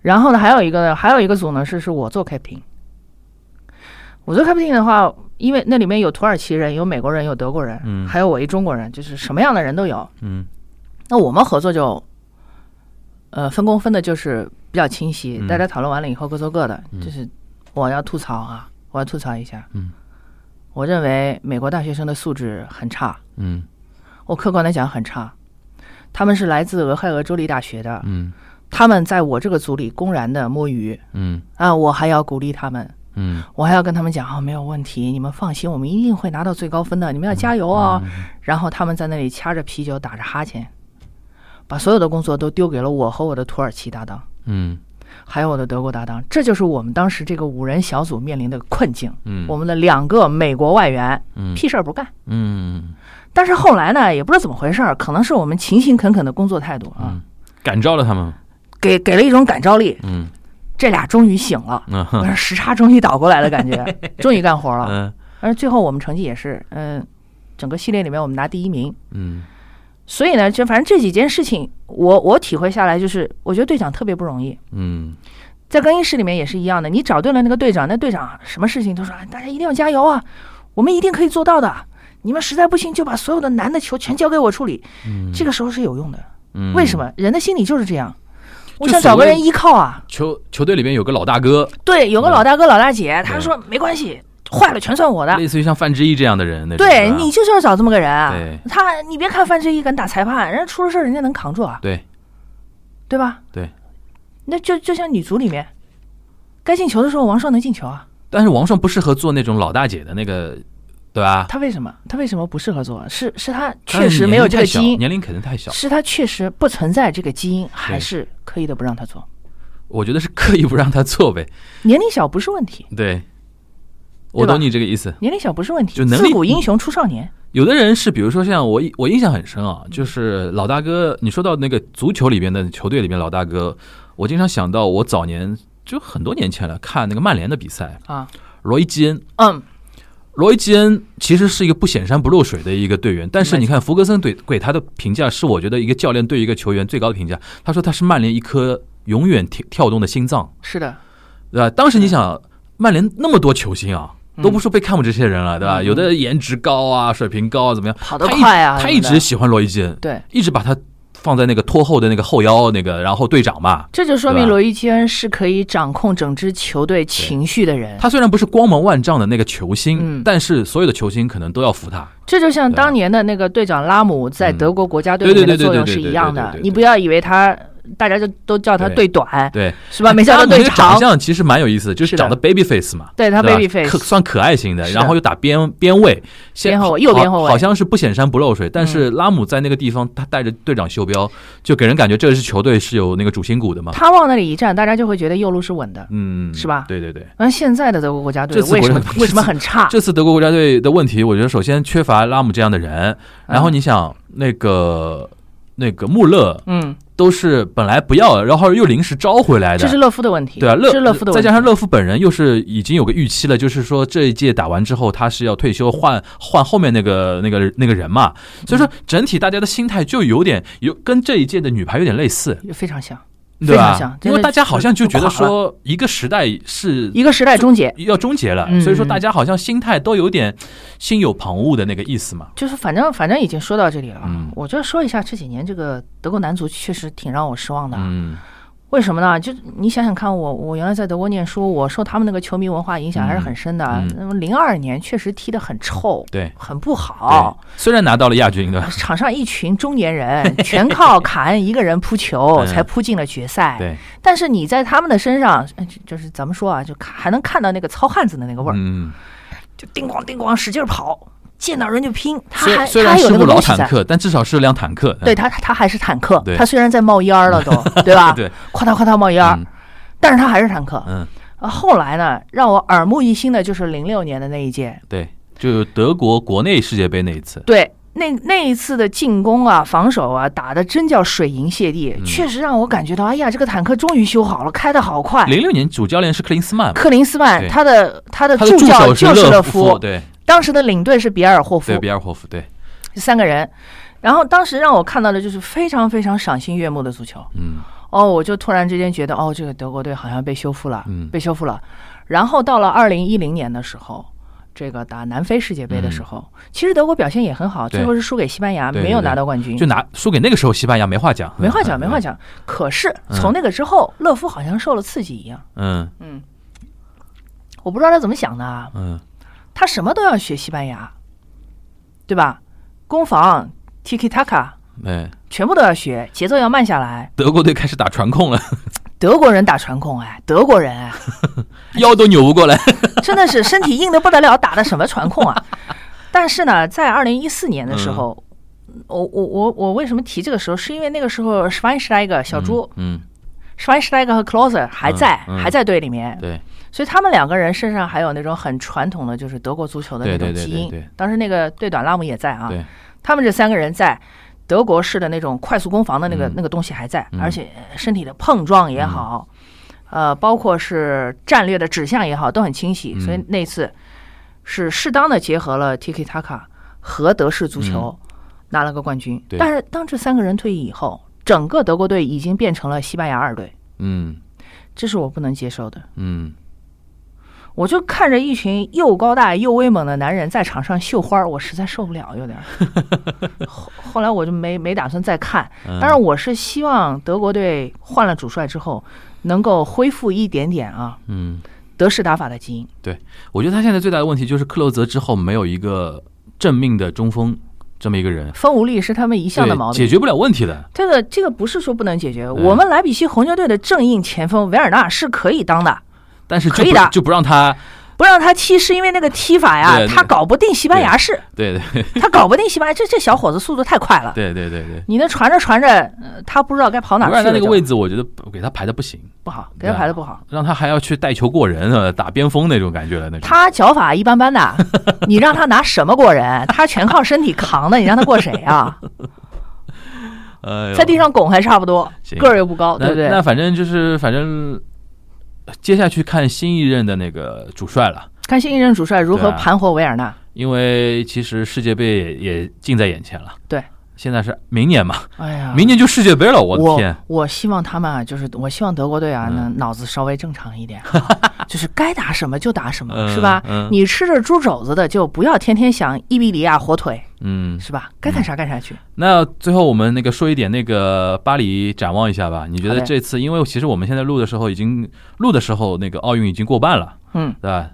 [SPEAKER 3] 然后呢，还有一个还有一个组呢是是我做 captain，我做 captain 的话，因为那里面有土耳其人、有美国人、有德国人，
[SPEAKER 2] 嗯
[SPEAKER 3] 还有我一中国人，就是什么样的人都有。
[SPEAKER 2] 嗯
[SPEAKER 3] 那我们合作就，呃，分工分的就是比较清晰，
[SPEAKER 2] 嗯
[SPEAKER 3] 大家讨论完了以后各做各的。
[SPEAKER 2] 嗯
[SPEAKER 3] 就是我要吐槽啊，我要吐槽一下，
[SPEAKER 2] 嗯
[SPEAKER 3] 我认为美国大学生的素质很差，
[SPEAKER 2] 嗯
[SPEAKER 3] 我客观的讲很差。他们是来自俄亥俄州立大学的，
[SPEAKER 2] 嗯
[SPEAKER 3] 他们在我这个组里公然的摸鱼
[SPEAKER 2] 嗯
[SPEAKER 3] 啊！我还要鼓励他们，
[SPEAKER 2] 嗯，
[SPEAKER 3] 我还要跟他们讲啊、没有问题，你们放心，我们一定会拿到最高分的，你们要加油哦。
[SPEAKER 2] 嗯
[SPEAKER 3] 然后他们在那里掐着啤酒打着哈欠，把所有的工作都丢给了我和我的土耳其搭档，
[SPEAKER 2] 嗯
[SPEAKER 3] 还有我的德国搭档。这就是我们当时这个五人小组面临的困境。
[SPEAKER 2] 嗯，
[SPEAKER 3] 我们的两个美国外援
[SPEAKER 2] 嗯
[SPEAKER 3] 屁事儿不干，
[SPEAKER 2] 嗯
[SPEAKER 3] 但是后来呢，也不知道怎么回事儿，可能是我们勤勤恳恳的工作态度啊，
[SPEAKER 2] 嗯感召了他们，
[SPEAKER 3] 给给了一种感召力。
[SPEAKER 2] 嗯
[SPEAKER 3] 这俩终于醒了，
[SPEAKER 2] 嗯
[SPEAKER 3] 我说时差终于倒过来的感觉，终于干活了。
[SPEAKER 2] 嗯
[SPEAKER 3] 而最后我们成绩也是，嗯，整个系列里面我们拿第一名。
[SPEAKER 2] 嗯
[SPEAKER 3] 所以呢，就反正这几件事情，我我体会下来就是，我觉得队长特别不容易。
[SPEAKER 2] 嗯
[SPEAKER 3] 在更衣室里面也是一样的，你找对了那个队长，那队长什么事情都说，哎大家一定要加油啊，我们一定可以做到的。你们实在不行，就把所有的难的球全交给我处理。
[SPEAKER 2] 嗯，
[SPEAKER 3] 这个时候是有用的。
[SPEAKER 2] 嗯
[SPEAKER 3] 为什？么？人的心理就是这样，我
[SPEAKER 2] 就
[SPEAKER 3] 想找
[SPEAKER 2] 所
[SPEAKER 3] 个
[SPEAKER 2] 谓
[SPEAKER 3] 人依靠啊。
[SPEAKER 2] 球球队里边有个老大哥，
[SPEAKER 3] 对，有个
[SPEAKER 2] 嗯
[SPEAKER 3] 老大哥、老大姐，他
[SPEAKER 2] 对
[SPEAKER 3] 说没关系，坏了全算我的。
[SPEAKER 2] 类似于像范志毅这样的人，那种
[SPEAKER 3] 对
[SPEAKER 2] 是吧
[SPEAKER 3] 你就是要找这么个人啊
[SPEAKER 2] 对。
[SPEAKER 3] 他，你别看范志毅敢打裁判，人家出了事儿，人家能扛住啊，
[SPEAKER 2] 对
[SPEAKER 3] 对吧？
[SPEAKER 2] 对。
[SPEAKER 3] 那就就像女足里面，该进球的时候，王硕能进球啊，
[SPEAKER 2] 但是王爽不适合做那种老大姐的那个，对吧？
[SPEAKER 3] 他为什么？他为什么不适合做？是是他
[SPEAKER 2] 但
[SPEAKER 3] 确
[SPEAKER 2] 是
[SPEAKER 3] 实
[SPEAKER 2] 年
[SPEAKER 3] 没有
[SPEAKER 2] 龄
[SPEAKER 3] 这
[SPEAKER 2] 太
[SPEAKER 3] 个基
[SPEAKER 2] 小
[SPEAKER 3] 因，
[SPEAKER 2] 年龄肯定太小。
[SPEAKER 3] 是他确实不存在这个基因，还是刻意的不让他做？
[SPEAKER 2] 我觉得是刻意不让他做呗。
[SPEAKER 3] 年龄小不是问题，
[SPEAKER 2] 对，我
[SPEAKER 3] 对吧
[SPEAKER 2] 懂你这个意思。
[SPEAKER 3] 年龄小不是问题，
[SPEAKER 2] 就能
[SPEAKER 3] 自
[SPEAKER 2] 力
[SPEAKER 3] 古英雄出少年。
[SPEAKER 2] 有的人是，比如说像我，我印象很深啊，就是老大哥，你说到那个足球里边的球队里边老大哥，我经常想到我早年就很多年前了，看那个曼联的比赛，
[SPEAKER 3] 啊，
[SPEAKER 2] 罗伊基恩。
[SPEAKER 3] 嗯，
[SPEAKER 2] 罗伊基恩其实是一个不显山不露水的一个队员，但是你看福格森对给他的评价是，我觉得一个教练对一个球员最高的评价。他说他是曼联一颗永远跳跳动的心脏，
[SPEAKER 3] 是的，
[SPEAKER 2] 对吧？当时你
[SPEAKER 3] 嗯
[SPEAKER 2] 想，曼联那么多球星啊，都不说被看不起这些人了，对吧？
[SPEAKER 3] 嗯
[SPEAKER 2] 有的颜值高啊，水平高啊，怎么样？
[SPEAKER 3] 跑得快啊，
[SPEAKER 2] 他一他
[SPEAKER 3] 什么
[SPEAKER 2] 一直
[SPEAKER 3] 的
[SPEAKER 2] 喜欢罗伊基恩，
[SPEAKER 3] 对，
[SPEAKER 2] 一直把他放在那个拖后的那个后腰那个，然后队长嘛。
[SPEAKER 3] 这就说
[SPEAKER 2] 对
[SPEAKER 3] 明
[SPEAKER 2] 吧
[SPEAKER 3] 罗伊基恩是可以掌控整支球队情绪的人。
[SPEAKER 2] 他虽然不是光芒万丈的那个球星，
[SPEAKER 3] 嗯
[SPEAKER 2] 但是所有的球星可能都要服他。
[SPEAKER 3] 这就像
[SPEAKER 2] 对啊
[SPEAKER 3] 当年的那个队长拉姆在德国国家队
[SPEAKER 2] 嗯
[SPEAKER 3] 里面
[SPEAKER 2] 对对
[SPEAKER 3] 的
[SPEAKER 2] 对
[SPEAKER 3] 作用
[SPEAKER 2] 对对
[SPEAKER 3] 是
[SPEAKER 2] 对
[SPEAKER 3] 一样
[SPEAKER 2] 对对
[SPEAKER 3] 的
[SPEAKER 2] 对。对
[SPEAKER 3] 你不要以为他大家就都叫他
[SPEAKER 2] 对
[SPEAKER 3] 队短，
[SPEAKER 2] 对，哎
[SPEAKER 3] 是吧？没叫
[SPEAKER 2] 他
[SPEAKER 3] 他
[SPEAKER 2] 们
[SPEAKER 3] 队
[SPEAKER 2] 这个长
[SPEAKER 3] 长。
[SPEAKER 2] 相其实蛮有意思的，就是
[SPEAKER 3] 是的
[SPEAKER 2] 长得 baby face 嘛，
[SPEAKER 3] 对他
[SPEAKER 2] 对吧
[SPEAKER 3] baby face
[SPEAKER 2] 可算可爱型的，
[SPEAKER 3] 是的
[SPEAKER 2] 然后又打边边位，先
[SPEAKER 3] 边后卫右边后卫嗯
[SPEAKER 2] 好好像是不显山不露水，但是拉姆在那个地方，他带着队长袖标，就给人感觉这支球队是有那个主心骨的嘛，
[SPEAKER 3] 他往那里一站，大家就会觉得右路是稳的。
[SPEAKER 2] 嗯，
[SPEAKER 3] 是吧啊
[SPEAKER 2] 对对对。
[SPEAKER 3] 而现在的德国国家队
[SPEAKER 2] 这次
[SPEAKER 3] 为什
[SPEAKER 2] 国
[SPEAKER 3] 么 *laughs*
[SPEAKER 2] 家队
[SPEAKER 3] 为什么很差？
[SPEAKER 2] 这次德国国家队的问题，我觉得首先缺乏拉姆这样的人，
[SPEAKER 3] 嗯
[SPEAKER 2] 然后你想那个那个穆勒
[SPEAKER 3] 嗯，
[SPEAKER 2] 都是本来不要，然后又临时招回来的，
[SPEAKER 3] 这是勒夫的问题。
[SPEAKER 2] 哎对啊，
[SPEAKER 3] 这是勒夫的问题。
[SPEAKER 2] 再加上勒夫本人又是已经有个预期了，就是说这一届打完之后他是要退休，换换后面那个那个那个人嘛，所以
[SPEAKER 3] 嗯
[SPEAKER 2] 说整体大家的心态就有点有跟这一届的女排有点类似，
[SPEAKER 3] 非常像，
[SPEAKER 2] 对
[SPEAKER 3] 非
[SPEAKER 2] 吧
[SPEAKER 3] 常像？
[SPEAKER 2] 因为大家好像就觉得
[SPEAKER 3] 就垮
[SPEAKER 2] 说一个时代是
[SPEAKER 3] 一个时代终结，
[SPEAKER 2] 要终结了，
[SPEAKER 3] 嗯
[SPEAKER 2] 所以说大家好像心态都有点心有旁骛的那个意思嘛，
[SPEAKER 3] 就是反正反正已经说到这里了。
[SPEAKER 2] 嗯
[SPEAKER 3] 我就说一下这几年这个德国男足确实挺让我失望的。啊
[SPEAKER 2] 嗯
[SPEAKER 3] 为什么呢？就你想想看我，我原来在德国念书，我受他们那个球迷文化影响还是很深的
[SPEAKER 2] 嗯嗯。
[SPEAKER 3] 那么零二年确实踢得很臭，
[SPEAKER 2] 对。
[SPEAKER 3] 很不好。
[SPEAKER 2] 对，虽然拿到了亚军，对吧？
[SPEAKER 3] 场上一群中年
[SPEAKER 2] *laughs*
[SPEAKER 3] 人，全靠卡恩一个人扑球
[SPEAKER 2] 嗯
[SPEAKER 3] 才扑进了决赛。
[SPEAKER 2] 对，
[SPEAKER 3] 但是你在他们的身上，呃就就是咱们说啊，就看还能看到那个糙汉子的那个味儿，
[SPEAKER 2] 嗯，
[SPEAKER 3] 就叮咣叮咣使劲跑，见到人就拼。他
[SPEAKER 2] 虽
[SPEAKER 3] 还
[SPEAKER 2] 虽
[SPEAKER 3] 他
[SPEAKER 2] 然
[SPEAKER 3] 还有
[SPEAKER 2] 是
[SPEAKER 3] 那
[SPEAKER 2] 部
[SPEAKER 3] 个
[SPEAKER 2] 老
[SPEAKER 3] 东西
[SPEAKER 2] 坦
[SPEAKER 3] 在，
[SPEAKER 2] 克，但至少是辆坦克。
[SPEAKER 3] 对他他他还是坦克
[SPEAKER 2] 对，
[SPEAKER 3] 他虽然在冒烟儿了都，对
[SPEAKER 2] *laughs*
[SPEAKER 3] 吧？
[SPEAKER 2] 对，
[SPEAKER 3] 夸他夸他冒烟儿
[SPEAKER 2] 嗯，
[SPEAKER 3] 但是他还是坦克。
[SPEAKER 2] 嗯，
[SPEAKER 3] 呃，后来呢，让我耳目一新的就是零六年的那一届，
[SPEAKER 2] 对，就德国国内世界杯那一次，
[SPEAKER 3] 对，那那一次的进攻啊、防守啊，打的真叫水银泻地，
[SPEAKER 2] 嗯
[SPEAKER 3] 确实让我感觉到，哎呀，这个坦克终于修好了，开得好快。
[SPEAKER 2] 零六年主教练是克林斯曼嘛，
[SPEAKER 3] 克林斯曼
[SPEAKER 2] 对
[SPEAKER 3] 他的他的
[SPEAKER 2] 他的
[SPEAKER 3] 助
[SPEAKER 2] 助
[SPEAKER 3] 教
[SPEAKER 2] 手
[SPEAKER 3] 就是
[SPEAKER 2] 勒
[SPEAKER 3] 夫，
[SPEAKER 2] 对
[SPEAKER 3] 当时的领队是比尔霍夫
[SPEAKER 2] 对，，比尔霍夫，对，
[SPEAKER 3] 三个人。然后当时让我看到的就是非常非常赏心悦目的足球，
[SPEAKER 2] 嗯
[SPEAKER 3] 哦，我就突然之间觉得，哦，这个德国队好像被修复了，
[SPEAKER 2] 嗯
[SPEAKER 3] 被修复了。然后到了二零一零年的时候，这个打南非世界杯的时候，其实德国表现也很好，
[SPEAKER 2] 嗯对
[SPEAKER 3] 最后是输给西班牙，
[SPEAKER 2] 对对
[SPEAKER 3] 没有
[SPEAKER 2] 对
[SPEAKER 3] 拿到冠军，
[SPEAKER 2] 就拿输给那个时候西班牙没话讲，
[SPEAKER 3] *laughs*
[SPEAKER 2] 嗯
[SPEAKER 3] 没话讲，没话
[SPEAKER 2] 讲，
[SPEAKER 3] 讲。可是从那个之后，勒夫好像受了刺激一样，
[SPEAKER 2] 嗯
[SPEAKER 3] 我不知道他怎么想的啊，
[SPEAKER 2] 嗯，
[SPEAKER 3] 他什么都要学西班牙，对吧？攻防、tiki taka
[SPEAKER 2] 哎，
[SPEAKER 3] 全部都要学，节奏要慢下来。
[SPEAKER 2] 德国队开始打传控了， *laughs*
[SPEAKER 3] 德国人打传控，哎，德国人哎，
[SPEAKER 2] 腰都扭不过来，
[SPEAKER 3] 真的是身体硬的不得了，打的什么传控啊？ *laughs* 但是呢，在二零一四年的时候，
[SPEAKER 2] 嗯
[SPEAKER 3] 我我我我为什么提这个时候？是因为那个时候 Schweinsteiger 小猪、
[SPEAKER 2] 嗯，
[SPEAKER 3] Schweinsteiger 和 Klose 还在、
[SPEAKER 2] 嗯嗯
[SPEAKER 3] 还在队里面，
[SPEAKER 2] 对，
[SPEAKER 3] 所以他们两个人身上还有那种很传统的，就是德国足球的那种
[SPEAKER 2] 对对对
[SPEAKER 3] 基因。
[SPEAKER 2] 对对
[SPEAKER 3] 当时那个队短拉姆也在啊
[SPEAKER 2] 对，
[SPEAKER 3] 他们这三个人在德国式的那种快速攻防的那个、那个东西还在，
[SPEAKER 2] 嗯
[SPEAKER 3] 而且身体的碰撞也好，呃，包括是战略的指向也好，都很清晰。
[SPEAKER 2] 嗯
[SPEAKER 3] 所以那次是适当的结合了 Tiki Taka 和德式足球，拿了个冠军。
[SPEAKER 2] 嗯对
[SPEAKER 3] 但是当这三个人退役以后，整个德国队已经变成了西班牙二队，
[SPEAKER 2] 嗯
[SPEAKER 3] 这是我不能接受的。
[SPEAKER 2] 嗯，
[SPEAKER 3] 我就看着一群又高大又威猛的男人在场上绣花儿，我实在受不了，有点
[SPEAKER 2] *laughs*
[SPEAKER 3] 儿。后后来我就没没打算再看，
[SPEAKER 2] 嗯
[SPEAKER 3] 但是我是希望德国队换了主帅之后，能够恢复一点点啊
[SPEAKER 2] 嗯，
[SPEAKER 3] 德式打法的基因。
[SPEAKER 2] 我觉得他现在最大的问题就是克洛泽之后没有一个正命的中锋这么一个人，
[SPEAKER 3] 风无力是他们一向的
[SPEAKER 2] 对
[SPEAKER 3] 毛
[SPEAKER 2] 解
[SPEAKER 3] 病。
[SPEAKER 2] 决不了问题的，
[SPEAKER 3] 这个这个不是说不能解决，我们莱比锡红牛队的正印前锋维尔纳是可以当的，
[SPEAKER 2] 但是就
[SPEAKER 3] 可以
[SPEAKER 2] 不
[SPEAKER 3] 的
[SPEAKER 2] 就不让他，
[SPEAKER 3] 不让他踢是因为那个踢法呀
[SPEAKER 2] 对，那
[SPEAKER 3] 他
[SPEAKER 2] 个
[SPEAKER 3] 搞不定西班牙式，
[SPEAKER 2] 对对
[SPEAKER 3] 他搞不定西班牙，这这小伙子速度
[SPEAKER 2] *laughs*
[SPEAKER 3] 太快了。
[SPEAKER 2] 对对对对。
[SPEAKER 3] 你那传着传着，呃他不知道该跑哪
[SPEAKER 2] 不
[SPEAKER 3] 去了
[SPEAKER 2] 然他
[SPEAKER 3] 就。
[SPEAKER 2] 那个位置，我觉得给他排的不行，
[SPEAKER 3] 不好，给他排的不好。
[SPEAKER 2] 让他还要去带球过人，呃，打边锋那种感觉了，那种。
[SPEAKER 3] 他脚法一般般
[SPEAKER 2] *laughs*
[SPEAKER 3] 的，你让他拿什么过人？他全靠身体扛的，你让他过谁
[SPEAKER 2] *laughs*
[SPEAKER 3] 啊？
[SPEAKER 2] 哎呦
[SPEAKER 3] 在地上拱还差不多
[SPEAKER 2] 行，
[SPEAKER 3] 个儿又不高，对
[SPEAKER 2] 那
[SPEAKER 3] 不对？
[SPEAKER 2] 那反正就是反正接下去看新一任的那个主帅了，
[SPEAKER 3] 看新一任主帅如何
[SPEAKER 2] 对啊
[SPEAKER 3] 盘活维尔纳。
[SPEAKER 2] 因为其实世界杯也也近在眼前了。
[SPEAKER 3] 对，
[SPEAKER 2] 现在是明年嘛，
[SPEAKER 3] 哎呀，
[SPEAKER 2] 明年就世界杯了，我的
[SPEAKER 3] 我
[SPEAKER 2] 天！
[SPEAKER 3] 我希望他们啊，就是我希望德国队啊，
[SPEAKER 2] 嗯
[SPEAKER 3] 能脑子稍微正常一点啊， *laughs* 就是该打什么就打什么，
[SPEAKER 2] 嗯
[SPEAKER 3] 是吧
[SPEAKER 2] 嗯？
[SPEAKER 3] 你吃着猪肘子的，就不要天天想伊比利亚火腿，
[SPEAKER 2] 嗯，
[SPEAKER 3] 是吧？该干啥干啥去。
[SPEAKER 2] 那最后我们那个说一点那个巴黎展望一下吧。你觉
[SPEAKER 3] 好
[SPEAKER 2] 得
[SPEAKER 3] 的
[SPEAKER 2] 这次，因为其实我们现在录的时候已经录的时候，那个奥运已经过半了，
[SPEAKER 3] 嗯，
[SPEAKER 2] 对吧？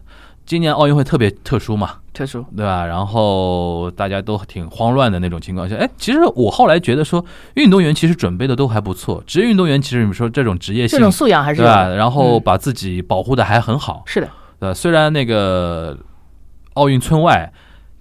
[SPEAKER 2] 今年奥运会特别特殊嘛，
[SPEAKER 3] 退出。
[SPEAKER 2] 对吧？然后大家都挺慌乱的那种情况下，哎，其实我后来觉得说，运动员其实准备的都还不错，职业运动员其实你说这种职业
[SPEAKER 3] 这
[SPEAKER 2] 性，
[SPEAKER 3] 种素养还是
[SPEAKER 2] 对啊
[SPEAKER 3] 有
[SPEAKER 2] 吧？
[SPEAKER 3] 的。
[SPEAKER 2] 然后
[SPEAKER 3] 嗯
[SPEAKER 2] 把自己保护的还很好，
[SPEAKER 3] 是的，
[SPEAKER 2] 对吧？虽然那个奥运村外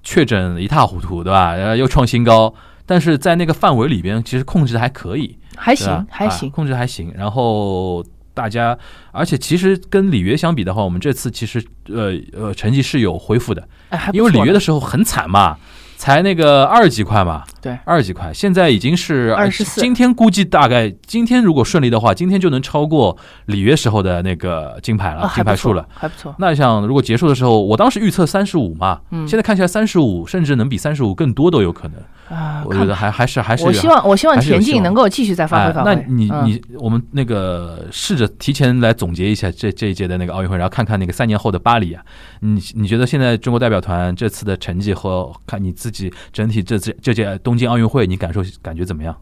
[SPEAKER 2] 确诊一塌糊涂，对吧？然后又创新高，但是在那个范围里边，其实控制的还可以，
[SPEAKER 3] 还
[SPEAKER 2] 对吧
[SPEAKER 3] 行，还
[SPEAKER 2] 啊
[SPEAKER 3] 行。
[SPEAKER 2] 控制还行。然后大家，而且其实跟里约相比的话，我们这次其实呃呃成绩是有恢复的。
[SPEAKER 3] 哎，还不
[SPEAKER 2] 因为里
[SPEAKER 3] 错
[SPEAKER 2] 约
[SPEAKER 3] 呢
[SPEAKER 2] 的时候很惨嘛，才那个二十几块嘛，
[SPEAKER 3] 对
[SPEAKER 2] 二十几块，现在已经是呃
[SPEAKER 3] 24
[SPEAKER 2] 今天估计大概今天如果顺利的话，今天就能超过里约时候的那个金牌了，
[SPEAKER 3] 啊，
[SPEAKER 2] 金牌数了。
[SPEAKER 3] 还不错，还不错。
[SPEAKER 2] 那像如果结束的时候，我当时预测三十五嘛，
[SPEAKER 3] 嗯
[SPEAKER 2] 现在看起来三十五甚至能比三十五更多都有可能。
[SPEAKER 3] 啊，
[SPEAKER 2] 我
[SPEAKER 3] 看
[SPEAKER 2] 觉得还还是还是
[SPEAKER 3] 我希望我希望
[SPEAKER 2] 还是有
[SPEAKER 3] 田
[SPEAKER 2] 希
[SPEAKER 3] 径
[SPEAKER 2] 望
[SPEAKER 3] 能够继续再发
[SPEAKER 2] 哎
[SPEAKER 3] 挥发挥。
[SPEAKER 2] 那你
[SPEAKER 3] 嗯
[SPEAKER 2] 你我们那个试着提前来总结一下这这一届的那个奥运会，然后看看那个三年后的巴黎啊，你你觉得现在中国代表团这次的成绩和看你自己整体这次这届东京奥运会，你感受感觉怎么样？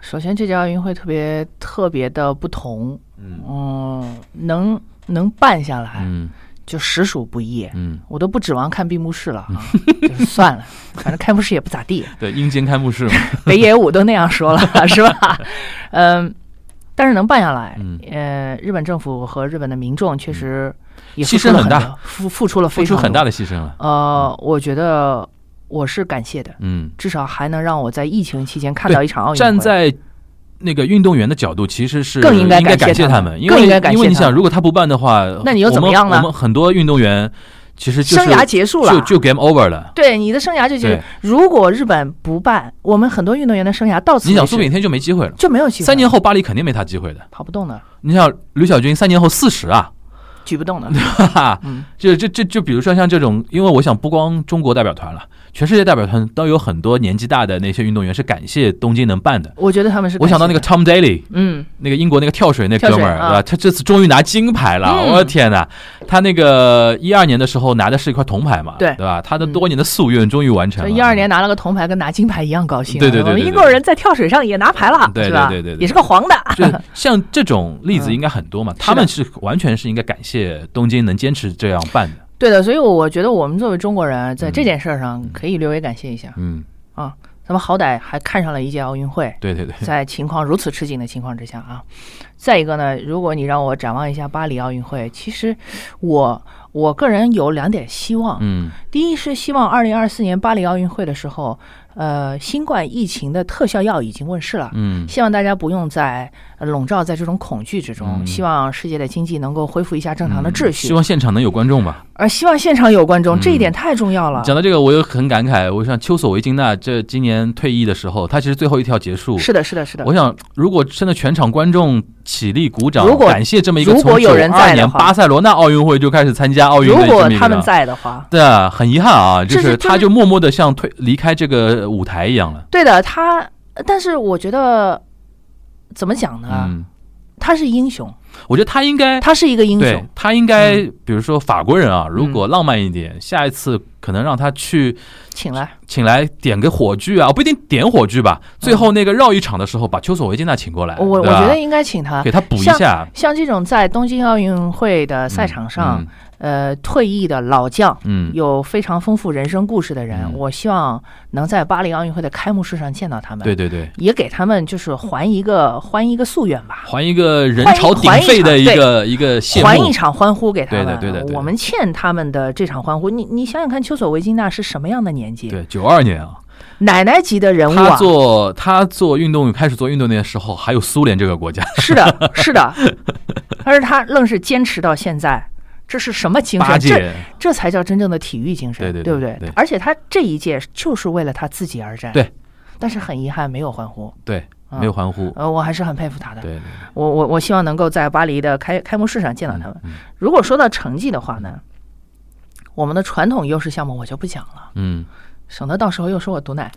[SPEAKER 3] 首先这届奥运会特别特别的不同，
[SPEAKER 2] 嗯
[SPEAKER 3] 嗯，能能办下来
[SPEAKER 2] 嗯
[SPEAKER 3] 就实属不易。
[SPEAKER 2] 嗯，
[SPEAKER 3] 我都不指望看闭幕式了啊，就是算了，反正开幕式也不咋地，
[SPEAKER 2] 对，阴间开幕式嘛，
[SPEAKER 3] 北野武都那样说了， *laughs* 是吧？嗯，但是能办下来
[SPEAKER 2] 嗯，
[SPEAKER 3] 呃，日本政府和日本的民众确实也
[SPEAKER 2] 牺
[SPEAKER 3] 付
[SPEAKER 2] 牲
[SPEAKER 3] 出了
[SPEAKER 2] 很大
[SPEAKER 3] 多，付付出
[SPEAKER 2] *laughs*
[SPEAKER 3] 了
[SPEAKER 2] 付
[SPEAKER 3] 非
[SPEAKER 2] 出
[SPEAKER 3] 常
[SPEAKER 2] 很大
[SPEAKER 3] 多。
[SPEAKER 2] 的牺牲了。
[SPEAKER 3] 呃，我觉得我是感谢的，
[SPEAKER 2] 嗯，
[SPEAKER 3] 至少还能让我在疫情期间看
[SPEAKER 2] 对
[SPEAKER 3] 到一场奥运会。
[SPEAKER 2] 站在那个运动员的角度，其实是
[SPEAKER 3] *laughs* 更应该
[SPEAKER 2] 应该
[SPEAKER 3] 感谢
[SPEAKER 2] 谢
[SPEAKER 3] 他
[SPEAKER 2] 们，
[SPEAKER 3] 们
[SPEAKER 2] 因
[SPEAKER 3] 更
[SPEAKER 2] 为
[SPEAKER 3] 应该感谢
[SPEAKER 2] 因为你
[SPEAKER 3] 他
[SPEAKER 2] 想，
[SPEAKER 3] 们
[SPEAKER 2] 如果他不办的话，
[SPEAKER 3] 那你又
[SPEAKER 2] 我
[SPEAKER 3] 怎么
[SPEAKER 2] 们
[SPEAKER 3] 样呢
[SPEAKER 2] 我们很多运动员其实就是
[SPEAKER 3] 生涯结束了
[SPEAKER 2] 就，就 game over 了。
[SPEAKER 3] 对你的生涯就结
[SPEAKER 2] 对
[SPEAKER 3] 束。如果日本不办，我们很多运动员的生涯到此
[SPEAKER 2] 你想
[SPEAKER 3] 为止
[SPEAKER 2] 苏炳添就没机会了，
[SPEAKER 3] 就没有机会，
[SPEAKER 2] 三年后巴黎肯定没他机会的。
[SPEAKER 3] 跑不动了。
[SPEAKER 2] 你想刘晓军三年后四十啊，
[SPEAKER 3] 举不动的。
[SPEAKER 2] 哈哈，
[SPEAKER 3] 嗯
[SPEAKER 2] *laughs* 就就就就比如说像这种，因为我想不光中国代表团了，全世界代表团都有很多年纪大的那些运动员是感谢东京能办的。
[SPEAKER 3] 我觉得他们是。
[SPEAKER 2] 我想到那个，Tom Daly，
[SPEAKER 3] 嗯，
[SPEAKER 2] 那个英国那个跳水那哥们儿，
[SPEAKER 3] 跳水啊
[SPEAKER 2] 对吧？他这次终于拿金牌了，
[SPEAKER 3] 嗯
[SPEAKER 2] 我的天哪！他那个一二年的时候拿的是一块铜牌嘛，
[SPEAKER 3] 对嗯
[SPEAKER 2] 吧？他的多年的夙愿终于完成
[SPEAKER 3] 所
[SPEAKER 2] 了。
[SPEAKER 3] 以一二年拿了个铜牌，跟拿金牌一样高兴啊。
[SPEAKER 2] 对对对对
[SPEAKER 3] 我们
[SPEAKER 2] 对
[SPEAKER 3] 英国人在跳水上也拿牌了，
[SPEAKER 2] 对
[SPEAKER 3] 是吧？
[SPEAKER 2] 对对对对
[SPEAKER 3] 也是个黄的。 *laughs*
[SPEAKER 2] 就是像这种例子应该很多嘛，他
[SPEAKER 3] 嗯是的
[SPEAKER 2] 们是完全是应该感谢东京能坚持这样办的。
[SPEAKER 3] 对的，所以我觉得我们作为中国人，在
[SPEAKER 2] 嗯
[SPEAKER 3] 这件事儿上可以略微感谢一下。啊
[SPEAKER 2] 嗯，
[SPEAKER 3] 咱们好歹还看上了一届奥运会，
[SPEAKER 2] *laughs* 对
[SPEAKER 3] *laughs*
[SPEAKER 2] 对对，
[SPEAKER 3] 在情况如此吃紧的情况之下啊，再一个呢，如果你让我展望一下巴黎奥运会，其实我我个人有两点希望。
[SPEAKER 2] 嗯
[SPEAKER 3] 第一是希望二零二四年巴黎奥运会的时候，呃，新冠疫情的特效药已经问世了。
[SPEAKER 2] 嗯
[SPEAKER 3] 希望大家不用再呃笼罩在这种恐惧之中，
[SPEAKER 2] 嗯
[SPEAKER 3] 希望世界的经济能够恢复一下正常的
[SPEAKER 2] 嗯
[SPEAKER 3] 秩序，
[SPEAKER 2] 希望现场能有观众吧。
[SPEAKER 3] 而希望现场有观众，
[SPEAKER 2] 嗯
[SPEAKER 3] 这一点太重要了。
[SPEAKER 2] 讲到这个，我有很感慨。我想丘索维金娜这今年退役的时候，她其实最后一跳结束。
[SPEAKER 3] 是的，是的，是的
[SPEAKER 2] 我。想，如果真的全场观众起立鼓掌，
[SPEAKER 3] 如果
[SPEAKER 2] 感谢这么一个
[SPEAKER 3] 如
[SPEAKER 2] 从
[SPEAKER 3] 果
[SPEAKER 2] 九
[SPEAKER 3] 有人在
[SPEAKER 2] 二
[SPEAKER 3] 的
[SPEAKER 2] 年
[SPEAKER 3] 话
[SPEAKER 2] 巴塞罗那奥运会就开始参加奥运
[SPEAKER 3] 如
[SPEAKER 2] 的这
[SPEAKER 3] 果
[SPEAKER 2] 么一个
[SPEAKER 3] 他们
[SPEAKER 2] 人
[SPEAKER 3] 在的话，
[SPEAKER 2] 对啊，很遗憾啊，就
[SPEAKER 3] 这
[SPEAKER 2] 是
[SPEAKER 3] 是
[SPEAKER 2] 他就默默的像退离开这个舞台一样了。
[SPEAKER 3] 对的，他，但是我觉得怎么讲呢？
[SPEAKER 2] 嗯，
[SPEAKER 3] 他是英雄，
[SPEAKER 2] 我觉得他应该，
[SPEAKER 3] 他是一个英
[SPEAKER 2] 对
[SPEAKER 3] 雄。嗯
[SPEAKER 2] 他应该，比如说法国人啊，如果浪漫一点，下一次可能让他去
[SPEAKER 3] 请来，
[SPEAKER 2] 请来点个火炬啊，不一定点火炬吧。最后那个绕一场的时候，把丘索维金娜请过来，
[SPEAKER 3] 嗯我我
[SPEAKER 2] 对吧
[SPEAKER 3] 觉得应该请他
[SPEAKER 2] 给。他补一下。嗯
[SPEAKER 3] 像这种在东京奥运会的赛场上，呃，退役的老将，
[SPEAKER 2] 嗯嗯，嗯，
[SPEAKER 3] 有非常丰富人生故事的人，
[SPEAKER 2] 嗯
[SPEAKER 3] 我希望能在巴黎奥运会的开幕式上见到他们。
[SPEAKER 2] 对，对对，
[SPEAKER 3] 也给他们就是还一个还一个夙愿吧，
[SPEAKER 2] 还一个人潮鼎沸的一个一个谢幕。
[SPEAKER 3] 还一场欢呼给他们。
[SPEAKER 2] 对
[SPEAKER 3] 啊
[SPEAKER 2] 的对的对的
[SPEAKER 3] 我们欠他们的这场欢呼。你你想想看，丘索维金娜是什么样的年纪？
[SPEAKER 2] 对，九二年啊，
[SPEAKER 3] 奶奶级的人物
[SPEAKER 2] 他
[SPEAKER 3] 啊！
[SPEAKER 2] 做他做运动开始做运动的时候，还有苏联这个国家，
[SPEAKER 3] 是的，是的，而他愣是坚持到现在。这是什么精
[SPEAKER 2] 八
[SPEAKER 3] 神？这
[SPEAKER 2] 届，
[SPEAKER 3] 这才叫真正的体育精神，
[SPEAKER 2] 对对对
[SPEAKER 3] 不对
[SPEAKER 2] 对
[SPEAKER 3] 而且他这一届就是为了他自己而战。
[SPEAKER 2] 对，
[SPEAKER 3] 但是很遗憾没有欢呼。
[SPEAKER 2] 对，
[SPEAKER 3] 啊
[SPEAKER 2] 没有欢呼，
[SPEAKER 3] 呃，我还是很佩服他的。
[SPEAKER 2] 对，对
[SPEAKER 3] 我我我希望能够在巴黎的开开幕式上见到他
[SPEAKER 2] 嗯
[SPEAKER 3] 们。如果说到成绩的话呢，我们的传统优势项目我就不讲了，
[SPEAKER 2] 嗯
[SPEAKER 3] 省得到时候又说
[SPEAKER 2] *laughs*
[SPEAKER 3] 我毒奶。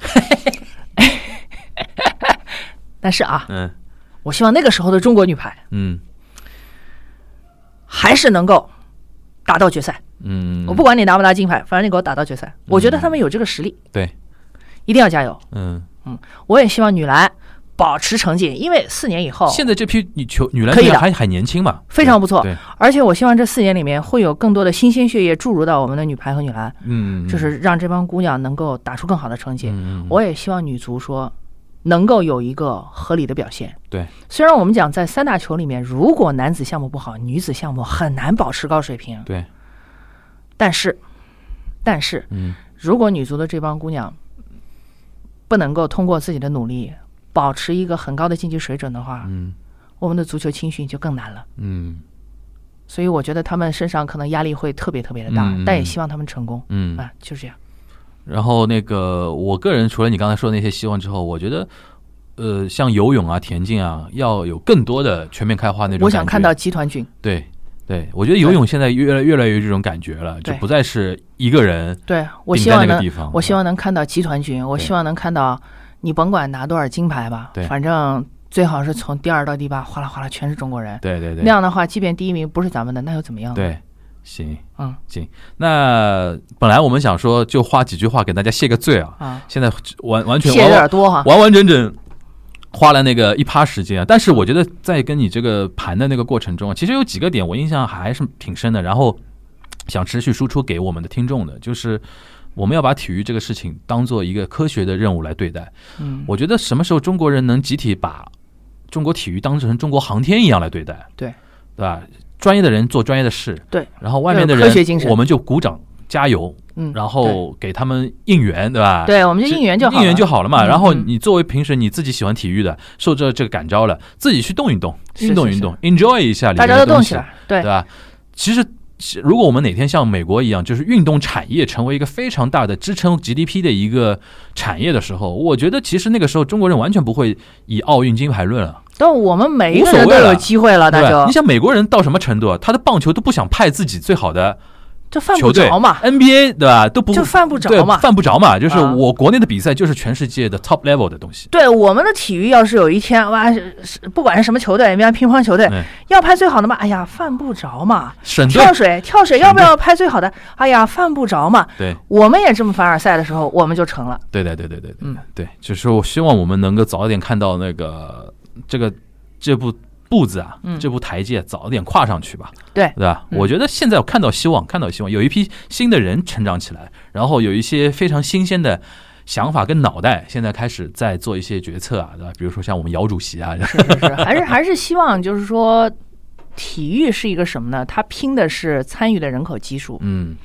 [SPEAKER 3] 但是啊，
[SPEAKER 2] 嗯
[SPEAKER 3] 我希望那个时候的中国女排
[SPEAKER 2] 嗯
[SPEAKER 3] 还是能够打到决赛。
[SPEAKER 2] 嗯，
[SPEAKER 3] 我不管你拿不拿金牌，反正你给我打到决赛。我觉得他们有这个实力，
[SPEAKER 2] 对，
[SPEAKER 3] 一定要加油。
[SPEAKER 2] 嗯，
[SPEAKER 3] 我也希望女篮保持成绩，因为四年以后
[SPEAKER 2] 现在这批女球女篮
[SPEAKER 3] 哦可以的
[SPEAKER 2] 球员还还年轻嘛，
[SPEAKER 3] 非常不错
[SPEAKER 2] 对，对
[SPEAKER 3] 而且我希望这四年里面会有更多的新鲜血液注入到我们的女排和女篮。
[SPEAKER 2] 嗯，
[SPEAKER 3] 就是让这帮姑娘能够打出更好的成绩。
[SPEAKER 2] 嗯嗯嗯
[SPEAKER 3] 我也希望女足说能够有一个合理的表现。
[SPEAKER 2] 对，
[SPEAKER 3] 虽然我们讲在三大球里面，如果男子项目不好，女子项目很难保持高水平。
[SPEAKER 2] 对，
[SPEAKER 3] 但是，但是
[SPEAKER 2] 嗯。
[SPEAKER 3] 如果女足的这帮姑娘不能够通过自己的努力保持一个很高的竞技水准的话，
[SPEAKER 2] 嗯
[SPEAKER 3] 我们的足球青训就更难了。
[SPEAKER 2] 嗯
[SPEAKER 3] 所以我觉得他们身上可能压力会特别特别的大，
[SPEAKER 2] 嗯嗯
[SPEAKER 3] 但也
[SPEAKER 2] 嗯
[SPEAKER 3] 希望他们成功。
[SPEAKER 2] 嗯，
[SPEAKER 3] 啊，就是这样。
[SPEAKER 2] 然后那个，我个人除了你刚才说的那些希望之后，我觉得，呃，像游泳啊、田径啊，要有更多的全面开花那种。
[SPEAKER 3] 我想看到，集团军。
[SPEAKER 2] 对对，我觉得游泳现在越来越来越有这种感觉了，就
[SPEAKER 3] 对
[SPEAKER 2] 不再是一个人
[SPEAKER 3] 对，我
[SPEAKER 2] 顶
[SPEAKER 3] 希
[SPEAKER 2] 在
[SPEAKER 3] 望
[SPEAKER 2] 那个
[SPEAKER 3] 能
[SPEAKER 2] 地方。
[SPEAKER 3] 我希望能看到集团军，我
[SPEAKER 2] 对
[SPEAKER 3] 希望能看到你甭管拿多少金牌吧
[SPEAKER 2] 对，
[SPEAKER 3] 反正最好是从第二到第八，哗啦哗啦全是中国人。
[SPEAKER 2] 对对对
[SPEAKER 3] 那样的话，即便第一名不是咱们的，那又怎么样？，
[SPEAKER 2] 对，行
[SPEAKER 3] 嗯
[SPEAKER 2] 行。那本来我们想说就花几句话给大家谢个罪啊，
[SPEAKER 3] 啊，
[SPEAKER 2] 现在完完全
[SPEAKER 3] 谢
[SPEAKER 2] 完
[SPEAKER 3] 有
[SPEAKER 2] 完
[SPEAKER 3] 点多哈。
[SPEAKER 2] 完完整整花了那个一趴时间啊。但是我觉得在跟你这个盘的那个过程中啊，其实有几个点我印象还是挺深的，然后想持续输出给我们的听众的，就是。我们要把体育这个事情当做一个科学的任务来对待。
[SPEAKER 3] 嗯，
[SPEAKER 2] 我觉得什么时候中国人能集体把中国体育当成中国航天一样来对待？
[SPEAKER 3] 对，
[SPEAKER 2] 对吧？专业的人做专业的事，
[SPEAKER 3] 对，
[SPEAKER 2] 然后外面的
[SPEAKER 3] 要有科学精
[SPEAKER 2] 人
[SPEAKER 3] 神
[SPEAKER 2] 我们就鼓掌加油，
[SPEAKER 3] 嗯，
[SPEAKER 2] 然后给他们应援，对吧？
[SPEAKER 3] 对对，我们就应援就好了，
[SPEAKER 2] 哎应援就好了嘛。
[SPEAKER 3] 嗯
[SPEAKER 2] 然后
[SPEAKER 3] 嗯
[SPEAKER 2] 你作为平时你自己喜欢体育的，受这这个感召了，自己去动一动，
[SPEAKER 3] 是
[SPEAKER 2] 运动
[SPEAKER 3] 是
[SPEAKER 2] 运
[SPEAKER 3] 是
[SPEAKER 2] 动，enjoy 一下里
[SPEAKER 3] 大
[SPEAKER 2] 面
[SPEAKER 3] 家都
[SPEAKER 2] 的
[SPEAKER 3] 动
[SPEAKER 2] 东
[SPEAKER 3] 起
[SPEAKER 2] 西，
[SPEAKER 3] 来。对
[SPEAKER 2] 对，吧？其实。其如果我们哪天像美国一样，就是运动产业成为一个非常大的支撑 GDP 的一个产业的时候，我觉得其实那个时候中国人完全不会以奥运金牌论了，
[SPEAKER 3] 但我们每一
[SPEAKER 2] 无
[SPEAKER 3] 个
[SPEAKER 2] 所
[SPEAKER 3] 人都
[SPEAKER 2] 谓
[SPEAKER 3] 有
[SPEAKER 2] 了
[SPEAKER 3] 机会了，
[SPEAKER 2] 对
[SPEAKER 3] 啊那
[SPEAKER 2] 吧？你
[SPEAKER 3] 就
[SPEAKER 2] 想美国人到什么程度啊？他的棒球都不想派自己最好的
[SPEAKER 3] 就犯不
[SPEAKER 2] 球队
[SPEAKER 3] 着嘛，
[SPEAKER 2] ，NBA 对吧？都不
[SPEAKER 3] 就犯不
[SPEAKER 2] 对
[SPEAKER 3] 着嘛。
[SPEAKER 2] 犯不着嘛。就是
[SPEAKER 3] 啊
[SPEAKER 2] 我国内的比赛就是全世界的 top level 的东西。
[SPEAKER 3] 对我们的体育，要是有一天哇，是是不管是什么球队，人家乒乓球队
[SPEAKER 2] 嗯
[SPEAKER 3] 要拍最好的嘛，哎呀，犯不着嘛。
[SPEAKER 2] 省队
[SPEAKER 3] 跳水，跳水
[SPEAKER 2] 省
[SPEAKER 3] 要不
[SPEAKER 2] 队
[SPEAKER 3] 要拍最好的？哎呀，犯不着嘛。
[SPEAKER 2] 对
[SPEAKER 3] 我们也这么凡尔赛的时候，我们就成了。
[SPEAKER 2] 对对对对对对，
[SPEAKER 3] 嗯
[SPEAKER 2] 对，就是我希望我们能够早点看到那个这个这部步子啊，
[SPEAKER 3] 嗯
[SPEAKER 2] 这部台阶早点跨上去吧，
[SPEAKER 3] 对
[SPEAKER 2] 对吧？
[SPEAKER 3] 嗯
[SPEAKER 2] 我觉得现在我看到希望，看到希望，有一批新的人成长起来，然后有一些非常新鲜的。想法跟脑袋现在开始在做一些决策啊，对吧？比如说像我们姚主席啊，
[SPEAKER 3] 是是是，还是还是希望就是说，体育是一个什么呢？它拼的是参与的人口基数，
[SPEAKER 2] 嗯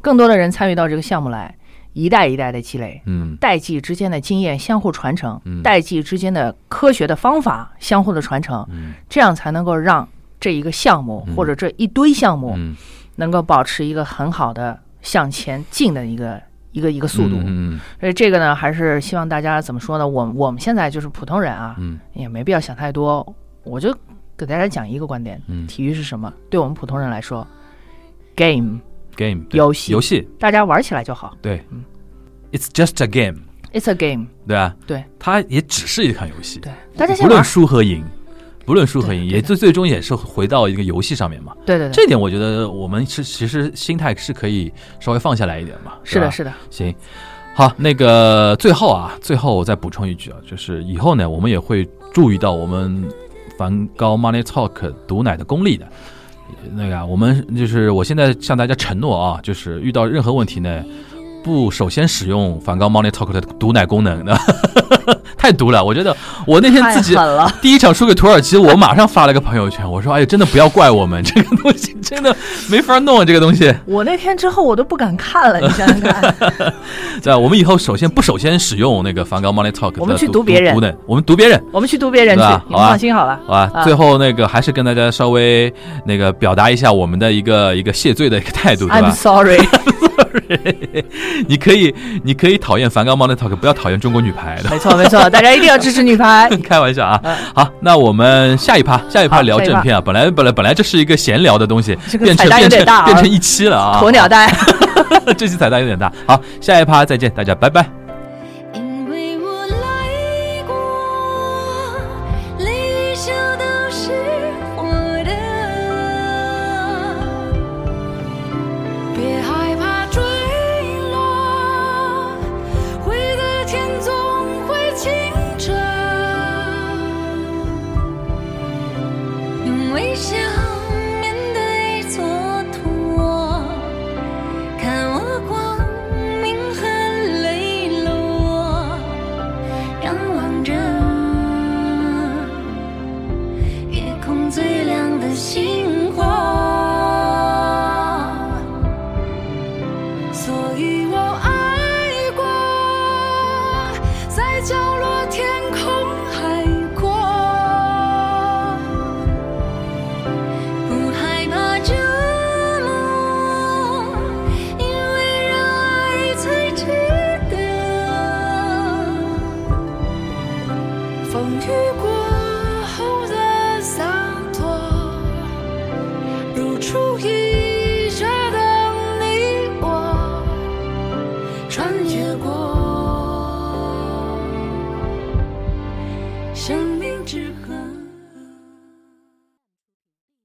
[SPEAKER 3] 更多的人参与到这个项目来，一代一代的积累，
[SPEAKER 2] *laughs* 嗯
[SPEAKER 3] 代际之间的经验相互传承，
[SPEAKER 2] 嗯
[SPEAKER 3] 代际之间的科学的方法相互的传承，
[SPEAKER 2] 嗯
[SPEAKER 3] 这样才能够让这一个项目
[SPEAKER 2] 嗯
[SPEAKER 3] 或者这一堆项目
[SPEAKER 2] 嗯，
[SPEAKER 3] 能够保持一个很好的向前进的一个一个一个速度。
[SPEAKER 2] 嗯
[SPEAKER 3] 所以这个呢，还是希望大家怎么说呢？我我们现在就是普通人啊，
[SPEAKER 2] 嗯
[SPEAKER 3] 也没必要想太多。我就给大家讲一个观点：
[SPEAKER 2] 嗯
[SPEAKER 3] 体育是什么？对我们普通人来说，game，
[SPEAKER 2] ，game 对
[SPEAKER 3] 游戏
[SPEAKER 2] 游戏
[SPEAKER 3] 大家玩起来就好。
[SPEAKER 2] 对
[SPEAKER 3] 嗯
[SPEAKER 2] ，it's just a game，
[SPEAKER 3] It's a game。
[SPEAKER 2] 对吧？
[SPEAKER 3] 对
[SPEAKER 2] 它也只是一款游戏，
[SPEAKER 3] 对，大家
[SPEAKER 2] 不
[SPEAKER 3] 先玩
[SPEAKER 2] 论。输和赢，不论输和赢，
[SPEAKER 3] 对的
[SPEAKER 2] 也
[SPEAKER 3] 对的
[SPEAKER 2] 最最终也是回到一个游戏上面嘛。
[SPEAKER 3] 对对对，
[SPEAKER 2] 这点我觉得我们是其实心态是可以稍微放下来一点嘛。
[SPEAKER 3] 是
[SPEAKER 2] 对吧
[SPEAKER 3] 的，是的。
[SPEAKER 2] 行，好，那个最后啊，最后我再补充一句啊，就是以后呢，我们也会注意到我们梵高 Money Talk 毒奶的功力的。那个啊，我们就是我现在向大家承诺啊，就是遇到任何问题呢，不首先使用梵高 Money Talk 的毒奶功能 *laughs* 的，太毒了。我觉得我那天
[SPEAKER 3] 太
[SPEAKER 2] 自己
[SPEAKER 3] 狠了，
[SPEAKER 2] 第一场输给土耳其，我马上发了个朋友圈，我说：“哎呀，真的不要怪我们，这个东西真的没法弄啊，这个东西。”
[SPEAKER 3] *laughs* 我那天之后我都不敢看了，你想
[SPEAKER 2] *laughs*
[SPEAKER 3] 想看，
[SPEAKER 2] 对啊，我们以后首先不首先使用那个梵高 Money Talk，的
[SPEAKER 3] 我们去
[SPEAKER 2] 读
[SPEAKER 3] 读别人
[SPEAKER 2] 读的，我们读别人，
[SPEAKER 3] 我们去读别人去，
[SPEAKER 2] 对吧
[SPEAKER 3] 你
[SPEAKER 2] 好啊
[SPEAKER 3] 们放心好了。
[SPEAKER 2] 好吧？
[SPEAKER 3] 啊
[SPEAKER 2] 最后那个还是跟大家稍微那个表达一下我们的一个一个谢罪的一个态度，对
[SPEAKER 3] I'm
[SPEAKER 2] 吧？
[SPEAKER 3] sorry， *laughs*
[SPEAKER 2] 你可以你可以讨厌梵高 Money Talk，不要讨厌中国女排
[SPEAKER 3] *laughs*
[SPEAKER 2] 的，
[SPEAKER 3] 没错没错，大家一定要支持
[SPEAKER 2] *laughs*
[SPEAKER 3] 女排。
[SPEAKER 2] 开玩笑啊
[SPEAKER 3] 嗯！
[SPEAKER 2] 好，那我们下一趴下一趴
[SPEAKER 3] 好
[SPEAKER 2] 聊
[SPEAKER 3] 下一
[SPEAKER 2] 正
[SPEAKER 3] 趴
[SPEAKER 2] 片啊，本来本来本来这是一个闲聊的东西，
[SPEAKER 3] 这个
[SPEAKER 2] 变成
[SPEAKER 3] 彩蛋
[SPEAKER 2] 变
[SPEAKER 3] 有
[SPEAKER 2] 成
[SPEAKER 3] 点大啊
[SPEAKER 2] 变成一期了啊！
[SPEAKER 3] 鸵鸟蛋。
[SPEAKER 2] *laughs* 这期彩蛋有点大。好，下一趴再见，大家拜拜。
[SPEAKER 4] 因为我来过，泪与笑都是我的。别害怕坠落，会的天总会清澈。用微笑面对蹉跎。看我光明和磊落，仰望着夜空最亮的星